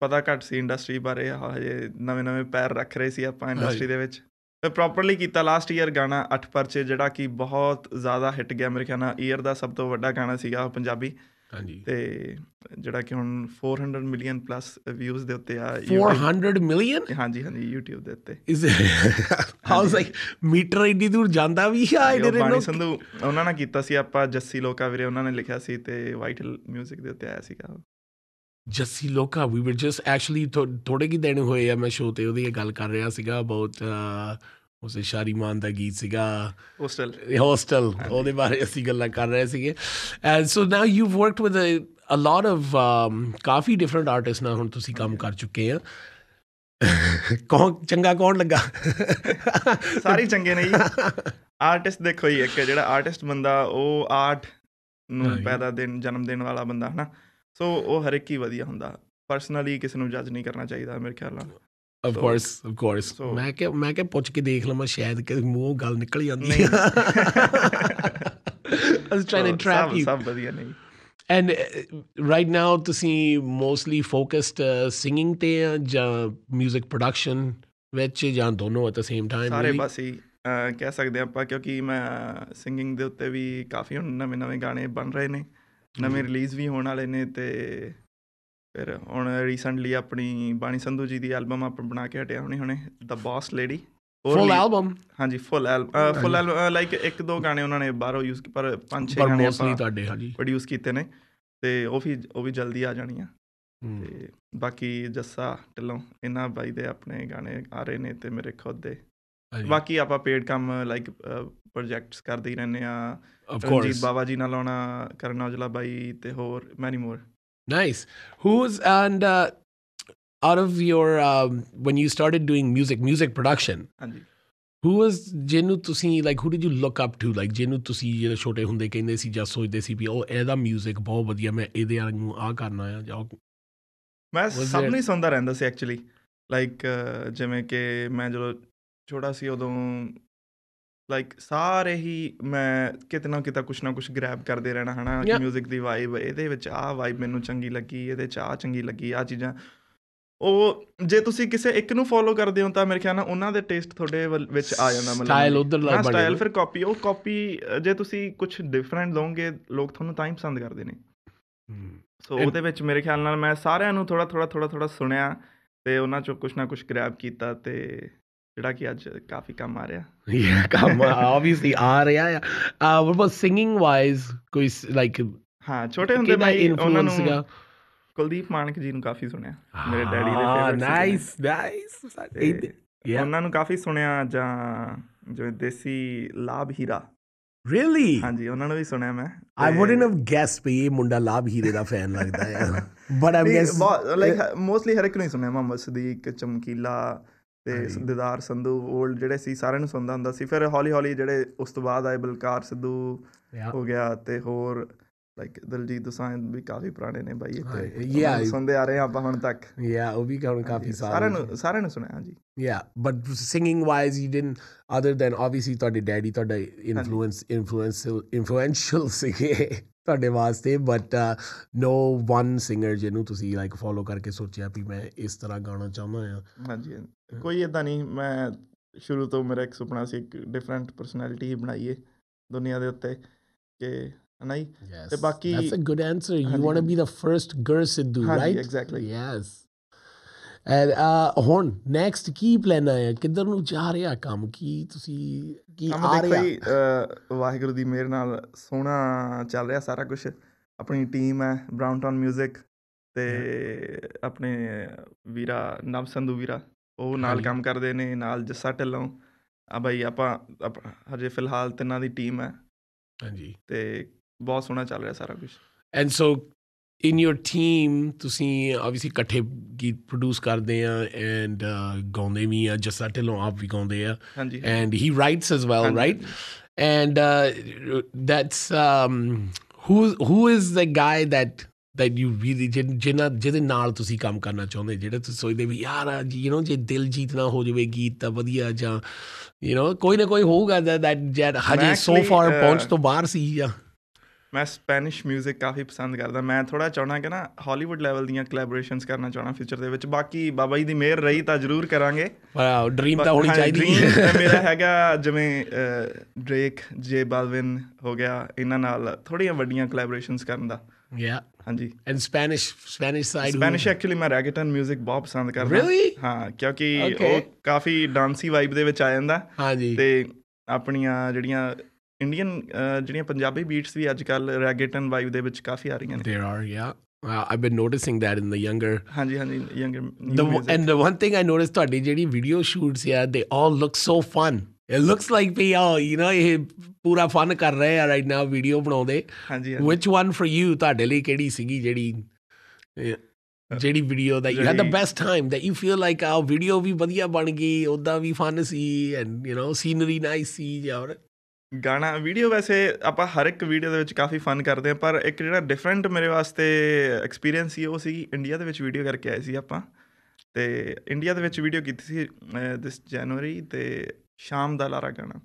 ਪਤਾ ਘੱਟ ਸੀ ਇੰਡਸਟਰੀ ਬਾਰੇ ਆਹ ਹਜੇ ਨਵੇਂ ਨਵੇਂ ਪੈਰ ਰੱਖ ਰਹੇ ਸੀ ਆਪਾਂ ਇੰਡਸਟਰੀ ਦੇ ਵਿੱਚ ਫਿਰ ਪ੍ਰੋਪਰਲੀ ਕੀਤਾ ਲਾਸਟ ਈਅਰ ਗਾਣਾ 8 ਪਰਚੇ ਜਿਹੜਾ ਕਿ ਬਹੁਤ ਜ਼ਿਆਦਾ ਹਿੱਟ ਗਿਆ ਮੇਰੇ ਖਿਆਲ ਨਾਲ ਈਅਰ ਦਾ ਸਭ ਤੋਂ ਵੱਡਾ ਗਾਣਾ ਸੀਗਾ ਉਹ ਪੰਜਾਬੀ ਹਾਂਜੀ ਤੇ ਜਿਹੜਾ ਕਿ ਹੁਣ 400 ਮਿਲੀਅਨ ਪਲੱਸ ਵਿਊਜ਼ ਦੇ ਉੱਤੇ ਆ YouTube 400 ਮਿਲੀਅਨ ਹਾਂਜੀ ਹਾਂਜੀ YouTube ਦੇ ਉੱਤੇ ਇਸ ਹਾਊਸ ਲਾਈਕ ਮੀਟਰ ਇੰਨੀ ਦੂਰ ਜਾਂਦਾ ਵੀ ਆ ਉਹ ਇਹਦੇ ਬਾਣੀ ਨਾਲ ਸੰਧੂ ਉਹਨਾਂ ਨੇ ਕੀਤਾ ਸੀ ਆਪਾਂ ਜੱਸੀ ਲੋਕਾ ਵੀਰੇ ਉਹਨਾਂ ਨੇ ਲਿਖਿਆ ਸੀ ਤੇ ਵਾਈਟ ਮਿਊਜ਼ਿਕ ਦੇ ਉੱਤੇ ਆਇਆ ਸੀਗਾ ਜੱਸੀ ਲੋਕਾ ਵੀ ਵਰ ਜਸਟ ਐਕਚੁਅਲੀ ਥੋੜੇ ਕੀ ਦਿਨ ਹੋਏ ਆ ਮੈਂ ਸ਼ੋਅ ਤੇ ਉਹਦੀ ਇਹ ਗੱਲ ਕਰ ਰਿਹਾ ਸੀਗਾ ਅਬਾਊਟ ਉਸ ਸ਼ਾਰੀਮਾਨ ਦਾ ਗੀਤ ਸੀਗਾ ਹੋਸਟਲ ਹੋਸਟਲ ਉਹਦੇ ਬਾਰੇ ਅਸੀਂ ਗੱਲਾਂ ਕਰ ਰਹੇ ਸੀਗੇ and so now you worked with um, a lot of ਕਾਫੀ ਡਿਫਰੈਂਟ ਆਰਟਿਸਟ ਨਾਲ ਹੁਣ ਤੁਸੀਂ ਕੰਮ ਕਰ ਚੁੱਕੇ ਆ ਕੌਣ ਚੰਗਾ ਕੌਣ ਲੱਗਾ ਸਾਰੇ ਹੀ ਚੰਗੇ ਨੇ ਜੀ ਆਰਟਿਸਟ ਦੇਖੋ ਜੀ ਇੱਕ ਜਿਹੜਾ ਆਰਟਿਸਟ ਬੰਦਾ ਉਹ ਆਰਟ ਨੂੰ ਹਾਂ ਜੀ। ਪੈਦਾ ਦੇਣ ਜਨਮ ਦੇਣ ਵਾਲਾ ਬੰਦਾ ਹਨਾ ਸੋ ਉਹ ਹਰ ਇੱਕ ਹੀ ਵਧੀਆ ਹੁੰਦਾ ਪਰਸਨਲੀ ਕਿਸੇ ਨੂੰ ਜੱਜ ਨਹੀਂ ਕਰਨਾ ਚਾਹੀਦਾ ਮੇਰੇ ਖਿਆਲ ਨਾਲ of So- course of course so- ਮੈਂ ਕਿ ਮੈਂ ਕਿ ਪੁੱਛ ਕੇ ਦੇਖ ਲਵਾਂ ਸ਼ਾਇਦ ਕਿ ਮੂੰਹ ਗੱਲ ਨਿਕਲ ਜਾਂਦੀ ਨਹੀਂ। ਆ ਆਈ was trying to so trap ਸਭ- ਯੂ ਸਭ ਵਧੀਆ ਨੇ ਜੀ। ਐਂਡ ਰਾਈਟ ਨਾਓ ਤੁਸੀਂ ਮੋਸਟਲੀ ਫੋਕਸਡ ਸਿੰਗਿੰਗ ਤੇ ਆ ਜਾਂ 뮤직 ਪ੍ਰੋਡਕਸ਼ਨ ਵਿੱਚ ਜਾਂ ਦੋਨੋਂ ਐਟ ਦ ਸੇਮ ਟਾਈਮ ਸਾਰੇ ਪਾਸੇ ਹੀ, ਅਹ, ਕਹਿ ਸਕਦੇ ਹਾਂ ਆਪਾਂ ਕਿਉਂਕਿ ਮੈਂ ਸਿੰਗਿੰਗ ਦੇ ਉੱਤੇ ਵੀ ਕਾਫੀ ਹੁਣ ਨਵੇਂ ਨਵੇਂ ਗਾਣੇ ਬਣ ਰਹੇ ਨੇ ਨਵੇਂ ਰਿਲੀਜ਼ ਵੀ ਹੋਣ ਵਾਲੇ ਨੇ ਤੇ ਫਿਰ ਹੁਣ ਰੀਸੈਂਟਲੀ ਆਪਣੀ ਬਾਣੀ ਸੰਧੂ ਜੀ ਦੀ ਐਲਬਮ ਆਪਾਂ ਬਣਾ ਕੇ ਹਟਿਆ ਹੁਣੇ ਹੁਣੇ the boss lady full album ਹਾਂਜੀ full album full album like ਇੱਕ ਦੋ ਗਾਣੇ ਉਹਨਾਂ ਨੇ ਬਾਹਰੋਂ ਯੂਜ਼ ਪਰ ਪੰਜ ਛੇ ਪਰ ਗਾਣੇ ਮੋਸਟਲੀ ਆਪਾਂ ਤੁਹਾਡੇ ਹਾਂਜੀ ਪ੍ਰੋਡਿਊਸ ਕੀਤੇ ਨੇ ਤੇ ਉਹ ਵੀ ਉਹ ਵੀ ਜਲਦੀ ਆ ਜਾਣੀਆਂ ਹਮ। ਤੇ ਬਾਕੀ ਜੱਸਾ ਢਿੱਲੋਂ ਇਹਨਾਂ ਬਾਈ ਦੇ ਆਪਣੇ ਗਾਣੇ ਆ ਰਹੇ ਨੇ ਤੇ ਮੇਰੇ ਖੁਦ ਦੇ ਹਾਂਜੀ। ਬਾਕੀ ਆਪਾਂ ਪੇਡ ਕੰਮ ਲਾਈਕ ਪ੍ਰੋਜੈਕਟਸ ਕਰਦੇ ਹੀ ਰਹਿੰਦੇ ਆ Of ਰਣਜੀਤ course. ਬਾਵਾ ਜੀ ਨਾਲ ਆਉਣਾ ਕਰਨ ਔਜਲਾ ਬਾਈ ਤੇ ਹੋਰ ਮੈਨੀ ਮੋਰ Nice. Who's and uh, out of your um, when you started doing music, music production, ਹਾਂਜੀ who was ਜਿਹਨੂੰ ਤੁਸੀਂ like who did you look up to like ਜਿਹਨੂੰ ਤੁਸੀਂ ਜਿਹੜੇ ਛੋਟੇ ਹੁੰਦੇ ਕਹਿੰਦੇ ਸੀ ਜਾਂ ਸੋਚਦੇ ਸੀ ਵੀ ਉਹ ਇਹਦਾ oh, music ਬਹੁਤ ਵਧੀਆ ਮੈਂ ਇਹਦੇ ਵਾਂਗੂ ਆ ਕਰਨਾ ਆ ਜਾਂ ਉਹ- ਮੈਂ Was ਸਭ there- ਨੂੰ ਹੀ ਸੁਣਦਾ ਰਹਿੰਦਾ ਸੀ ਐਕਚੁਅਲੀ ਲਾਈਕ ਜਿਵੇਂ ਕਿ ਮੈਂ ਜਦੋਂ ਛੋਟਾ ਸੀ ਉਦੋਂ ਲਾਈਕ ਸਾਰੇ ਹੀ ਮੈਂ ਕਿਤੇ ਨਾ ਕਿਤੇ ਕੁਛ ਨਾ ਕੁਛ ਗ੍ਰੈਬ ਕਰਦੇ ਰਹਿਣਾ ਹਨਾ Yeah. ਮਿਊਜ਼ਿਕ ਦੀ ਵਾਈਬ ਇਹਦੇ ਵਿੱਚ ਆਹ ਵਾਈਬ ਮੈਨੂੰ ਚੰਗੀ ਲੱਗੀ ਇਹਦੇ ਚ ਆਹ ਚੰਗੀ ਲੱਗੀ ਆਹ ਚੀਜ਼ਾਂ ਉਹ ਜੇ ਤੁਸੀਂ ਕਿਸੇ ਇੱਕ ਨੂੰ ਫੋਲੋ ਕਰਦੇ ਹੋ ਤਾਂ ਮੇਰੇ ਖਿਆਲ ਨਾਲ ਉਹਨਾਂ ਦੇ ਟੇਸਟ ਤੁਹਾਡੇ ਵੱਲ- ਵਿੱਚ ਆ ਜਾਂਦਾ Style ਉੱਧਰ ਲੱਗ ਹਾਂ ਬਣ ਸਟਾਈਲ ਜਾਂਦਾ। ਫਿਰ ਕਾਪੀ ਉਹ ਕਾਪੀ ਜੇ ਤੁਸੀਂ ਕੁਝ ਡਿਫਰੈਂਟ ਲਓਗੇ ਲੋਕ ਤੁਹਾਨੂੰ ਤਾਂ ਹੀ ਪਸੰਦ ਕਰਦੇ ਨੇ Hmm. ਸੋ And- ਉਹਦੇ ਵਿੱਚ ਮੇਰੇ ਖਿਆਲ ਨਾਲ ਮੈਂ ਸਾਰਿਆਂ ਨੂੰ ਥੋੜਾ ਥੋੜਾ ਥੋੜਾ ਥੋੜਾ ਸੁਣਿਆ ਤੇ ਉਹਨਾਂ ਚੋਂ ਕੁਛ ਨਾ ਕੁਛ ਗ੍ਰੈਬ ਕੀਤਾ ਤੇ ਜਿਹੜਾ ਕਿ ਅੱਜ ਕਾਫੀ ਕੰਮ ਆ ਰਿਹਾ yeah ਕੰਮ obviously ਆ ਰਿਹਾ ਆ uh, what about singing wise ਕੋਈ ਸ- like ਹਾਂ ਛੋਟੇ ਹੁੰਦੇ ਕਿਹਦਾ ਮੈਂ ਹੀ ਉਹਨਾਂ influence ਸੀਗਾ ਨੂੰ ਕੁਲਦੀਪ ਮਾਨਕ ਜੀ ਨੂੰ ਕਾਫੀ ਸੁਣਿਆ ਮੇਰੇ ਡੈਡੀ ਦੇ Ah, favorite ਸੀਗੇ nice nice ਤੇ ਇਹ- yeah ਉਹਨਾਂ ਨੂੰ ਕਾਫੀ ਸੁਣਿਆ ਜਾਂ ਜਿਵੇਂ ਦੇਸੀ ਲਾਭ ਹੀਰਾ really ਹਾਂਜੀ ਉਹਨਾਂ ਨੂੰ ਵੀ ਸੁਣਿਆ ਮੈਂ I wouldn't have guessed ਵੀ ਇਹ ਮੁੰਡਾ ਲਾਭ ਹੀਰੇ ਦਾ ਫੈਨ ਲੱਗਦਾ ਹੈ but Aam guess like mostly ਹਰ ਇੱਕ ਨੂੰ ਹੀ ਸੁਣਿਆ ਮੁਹੰਮਦ ਸਦੀਕ ਚਮਕੀਲਾ ਤੇ ਹਾਂਜੀ। ਦਿਦਾਰ ਸੰਧੂ 올ਡ ਜਿਹੜੇ ਸੀ ਸਾਰਿਆਂ ਨੂੰ ਸੁਣਦਾ ਹੁੰਦਾ ਸੀ ਫਿਰ ਹੌਲੀ ਹੌਲੀ ਜਿਹੜੇ ਉਸ ਤੋਂ ਬਾਅਦ ਆਏ ਬਲਕਾਰ ਸਿੱਧੂ ਹੋ ਗਿਆ ਤੇ ਹੋਰ ਲਾਈਕ ਦਲਜੀਤ ਦੋਸਾਂਝ ਵੀ ਕਾਫੀ ਪੁਰਾਣੇ ਨੇ ਬਾਈ ਹਾਂ, ਇੱਥੇ ਇਹ ਉਹਨਾਂ ਨੂੰ ਆਈ। ਸੁਣਦੇ ਆ ਰਹੇ ਹਾਂ ਆਪਾਂ ਹੁਣ ਤੱਕ ਯਾ ਉਹ ਵੀ ਕਾਉਂ ਕਾਫੀ ਸਾਰਿਆਂ ਸਾਰਾ ਨੂੰ ਸਾਰਿਆਂ ਨੂੰ ਸੁਣਿਆ ਹਾਂਜੀ yeah but singing wise you didn't other than obviously ਤੁਹਾਡੇ ਡੈਡੀ ਤੁਹਾਡਾ ਇਨਫਲੂਐਂਸ ਇਨਫਲੂਐਂਸ਼ਲ ਇਨਫਲੂਐਂਸ਼ਲ ਸੀਗੇ ਤੁਹਾਡੇ ਵਾਸਤੇ uh, but no one singer ਜਿਹਨੂੰ ਤੁਸੀਂ ਲਾਈਕ ਫੋਲੋ ਕਰਕੇ ਸੋਚਿਆ ਵੀ ਮੈਂ ਇਸ ਤਰ੍ਹਾਂ ਗਾਣਾ ਚਾਹੁੰਦਾ ਆ ਹਾਂਜੀ ਹਾਂਜੀ। ਕੋਈ ਇਦਾਂ ਨਹੀਂ ਮੈਂ ਸ਼ੁਰੂ ਤੋਂ ਮੇਰਾ ਇੱਕ ਸੁਪਨਾ ਸੀ ਇੱਕ ਡਿਫਰੈਂਟ ਪਰਸਨੈਲਿਟੀ ਹੀ ਬਣਾਈਏ ਦੁਨੀਆ ਦੇ ਉੱਤੇ ਕਿ ਨਹੀਂ ਯੈਸ ਤੇ ਬਾਕੀ- that's a good answer you ਹਾਂਜੀ, want to be the first Gur Sidhu ਹਾਂਜੀ, right exactly. Yes and uh, ਹੁਣ ਨੈਕਸਟ ਕੀ ਪਲਾਨ ਹੈ ਕਿੱਧਰ ਨੂੰ ਜਾ ਰਿਹਾ ਕੰਮ ਕੀ ਤੁਸੀਂ ਕੀ ਕੰਮ ਆ ਦੇਖੋ ਰਿਹਾ ਜੀ ਅਹ, ਵਾਹਿਗੁਰੂ ਦੀ ਮਿਹਰ ਨਾਲ ਸੋਹਣਾ ਚੱਲ ਰਿਹਾ ਸਾਰਾ ਕੁਝ ਆਪਣੀ ਟੀਮ ਹੈ ਬ੍ਰਾਊਨ ਟਾਊਨ 뮤직 ਤੇ ਆਪਣੇ ਵੀਰਾ ਨਵ ਸੰਧੂ ਵੀਰਾ ਉਹ ਨਾਲ ਹਾਂਜੀ। ਕੰਮ ਕਰਦੇ ਨੇ ਨਾਲ ਜੱਸਾ ਢਿੱਲੋਂ ਆ ਬਈ ਆਪਾਂ ਆਪ- ਹਜੇ ਫਿਲਹਾਲ ਤਿੰਨਾਂ ਦੀ ਟੀਮ ਹੈ ਹਾਂਜੀ ਤੇ ਬਹੁਤ ਸੋਹਣਾ ਚੱਲ ਰਿਹਾ ਸਾਰਾ ਕੁਝ and so in your team ਤੁਸੀਂ ਆਬਵੀਅਸਲੀ ਇਕੱਠੇ ਗੀਤ ਪ੍ਰੋਡਿਊਸ ਕਰਦੇ ਆ ਐਂਡ ਗਾਉਂਦੇ ਵੀ ਆ ਜੱਸਾ ਢਿੱਲੋਂ ਆਪ ਵੀ ਗਾਉਂਦੇ ਆ ਹਾਂਜੀ and he writes as well, ਹਾਂਜੀ, right? And uh, that's um, who who is the guy that that you really ਜਿਹ- ਜਿਹਨਾਂ ਜਿਹਦੇ ਨਾਲ ਤੁਸੀਂ ਕੰਮ ਕਰਨਾ ਚਾਹੁੰਦੇ ਜਿਹੜਾ ਤੁਸੀਂ ਸੋਚਦੇ ਵੀ ਯਾਰ ਯੂ نو ਜੇ ਦਿਲ ਜੀਤਣਾ ਹੋ ਜਾਵੇ ਗੀਤ ਤਾਂ ਵਧੀਆ ਜਾਂ ਯੂ نو ਕੋਈ ਨਾ ਕੋਈ ਹੋਊਗਾ that that ਜੈਟ ਹਜੇ so actually, far uh, ਪਹੁੰਚ ਤੋਂ ਬਾਹਰ ਸੀ ਜਾਂ ਮੈਂ ਸਪੈਨਿਸ਼ 뮤직 ਕਾਫੀ ਪਸੰਦ ਕਰਦਾ ਮੈਂ ਥੋੜਾ ਚਾਹਣਾ ਕਿ ਨਾ ਹਾਲੀਵੁੱਡ ਲੈਵਲ ਦੀਆਂ ਕੋਲੈਬੋਰੇਸ਼ਨਸ ਕਰਨਾ ਚਾਹਣਾ ਫਿਊਚਰ ਦੇ ਵਿੱਚ ਬਾਕੀ ਬਾਬਾ ਜੀ ਦੀ ਮਿਹਰ ਰਹੀ ਤਾਂ ਜ਼ਰੂਰ ਕਰਾਂਗੇ ਪਰ ਡ੍ਰੀਮ ਤਾਂ ਬਾ- ਹੋਣੀ ਹਾਂ, ਚਾਹੀਦੀ dream ਹੈ ਤਾਂ ਮੇਰਾ ਹੈਗਾ ਜਿਵੇਂ ਡ੍ਰੇਕ ਜੇ ਬਾਲਵਿਨ ਹੋ ਗਿਆ ਇਹਨਾਂ ਨਾਲ ਥੋੜੀਆਂ ਵੱਡੀਆਂ ਕੋਲੈਬੋਰੇਸ਼ਨਸ ਕਰਨ ਦਾ ਯਾ ਹਾਂਜੀ and Spanish Spanish side Spanish actually ਮੈਂ ਰੈਗਟਨ 뮤직 ਬਹੁਤ ਪਸੰਦ ਕਰਦਾ Really? ਹਾਂ ਕਿਉਂਕਿ Okay. ਉਹ ਕਾਫੀ ਡਾਂਸੀ ਵਾਈਬ ਦੇ ਵਿੱਚ ਆ ਜਾਂਦਾ ਹਾਂਜੀ ਤੇ ਆਪਣੀਆਂ ਜਿਹੜੀਆਂ ਇੰਡੀਅਨ ਜਿਹੜੀਆਂ ਪੰਜਾਬੀ ਬੀਟਸ ਵੀ ਅੱਜ ਕੱਲ ਰੈਗਟਨ ਵਾਈਬ ਦੇ ਵਿੱਚ ਕਾਫੀ ਆ ਰਹੀਆਂ ਨੇ there are yeah Wow, i've been noticing that in the younger ਹਾਂਜੀ ਹਾਂਜੀ younger The w- and the one thing I noticed ਤੁਹਾਡੀ ਜਿਹੜੀ video shoots yeah, they all look so fun. It looks like we all, you know, ਇਹ ਪੂਰਾ fun ਕਰ ਰਹੇ ਆ right now video ਬਣਾਉਂਦੇ. ਹਾਂਜੀ ਹਾਂਜੀ। Which one for you ਤੁਹਾਡੇ ਲਈ ਕਿਹੜੀ ਸੀਗੀ ਜਿਹੜੀ ਜਿਹੜੀ ਵੀਡੀਓ ਦਾ ਯੂ ਹੈਡ ਦ ਜਿਹੜੀ- best time that you feel like ਆਹ ਵੀਡੀਓ ਵੀ ਵਧੀਆ ਬਣ ਗਈ ਉਦਾਂ ਵੀ ਫਨ ਸੀ and you know scenery nice ਸੀ ਜਾਂ ਹੋਰ ਗਾਣਾ ਵੀਡੀਓ ਵੈਸੇ ਆਪਾਂ ਹਰ ਇੱਕ ਵੀਡੀਓ ਦੇ ਵਿੱਚ ਕਾਫੀ ਫਨ ਕਰਦੇ ਆ ਪਰ ਇੱਕ ਜਿਹੜਾ ਡਿਫਰੈਂਟ ਮੇਰੇ ਵਾਸਤੇ ਐਕਸਪੀਰੀਅੰਸ ਸੀ ਉਹ ਸੀ ਇੰਡੀਆ ਦੇ ਵਿੱਚ ਵੀਡੀਓ ਕਰਕੇ ਆਏ ਸੀ ਆਪਾਂ ਤੇ ਇੰਡੀਆ ਦੇ ਵਿੱਚ ਵੀਡੀਓ ਕੀਤੀ ਸੀ ਦਿਸ ਜਨਵਰੀ ਤੇ ਸ਼ਾਮ ਦਾ ਲਾਰਾ ਗਾਣਾ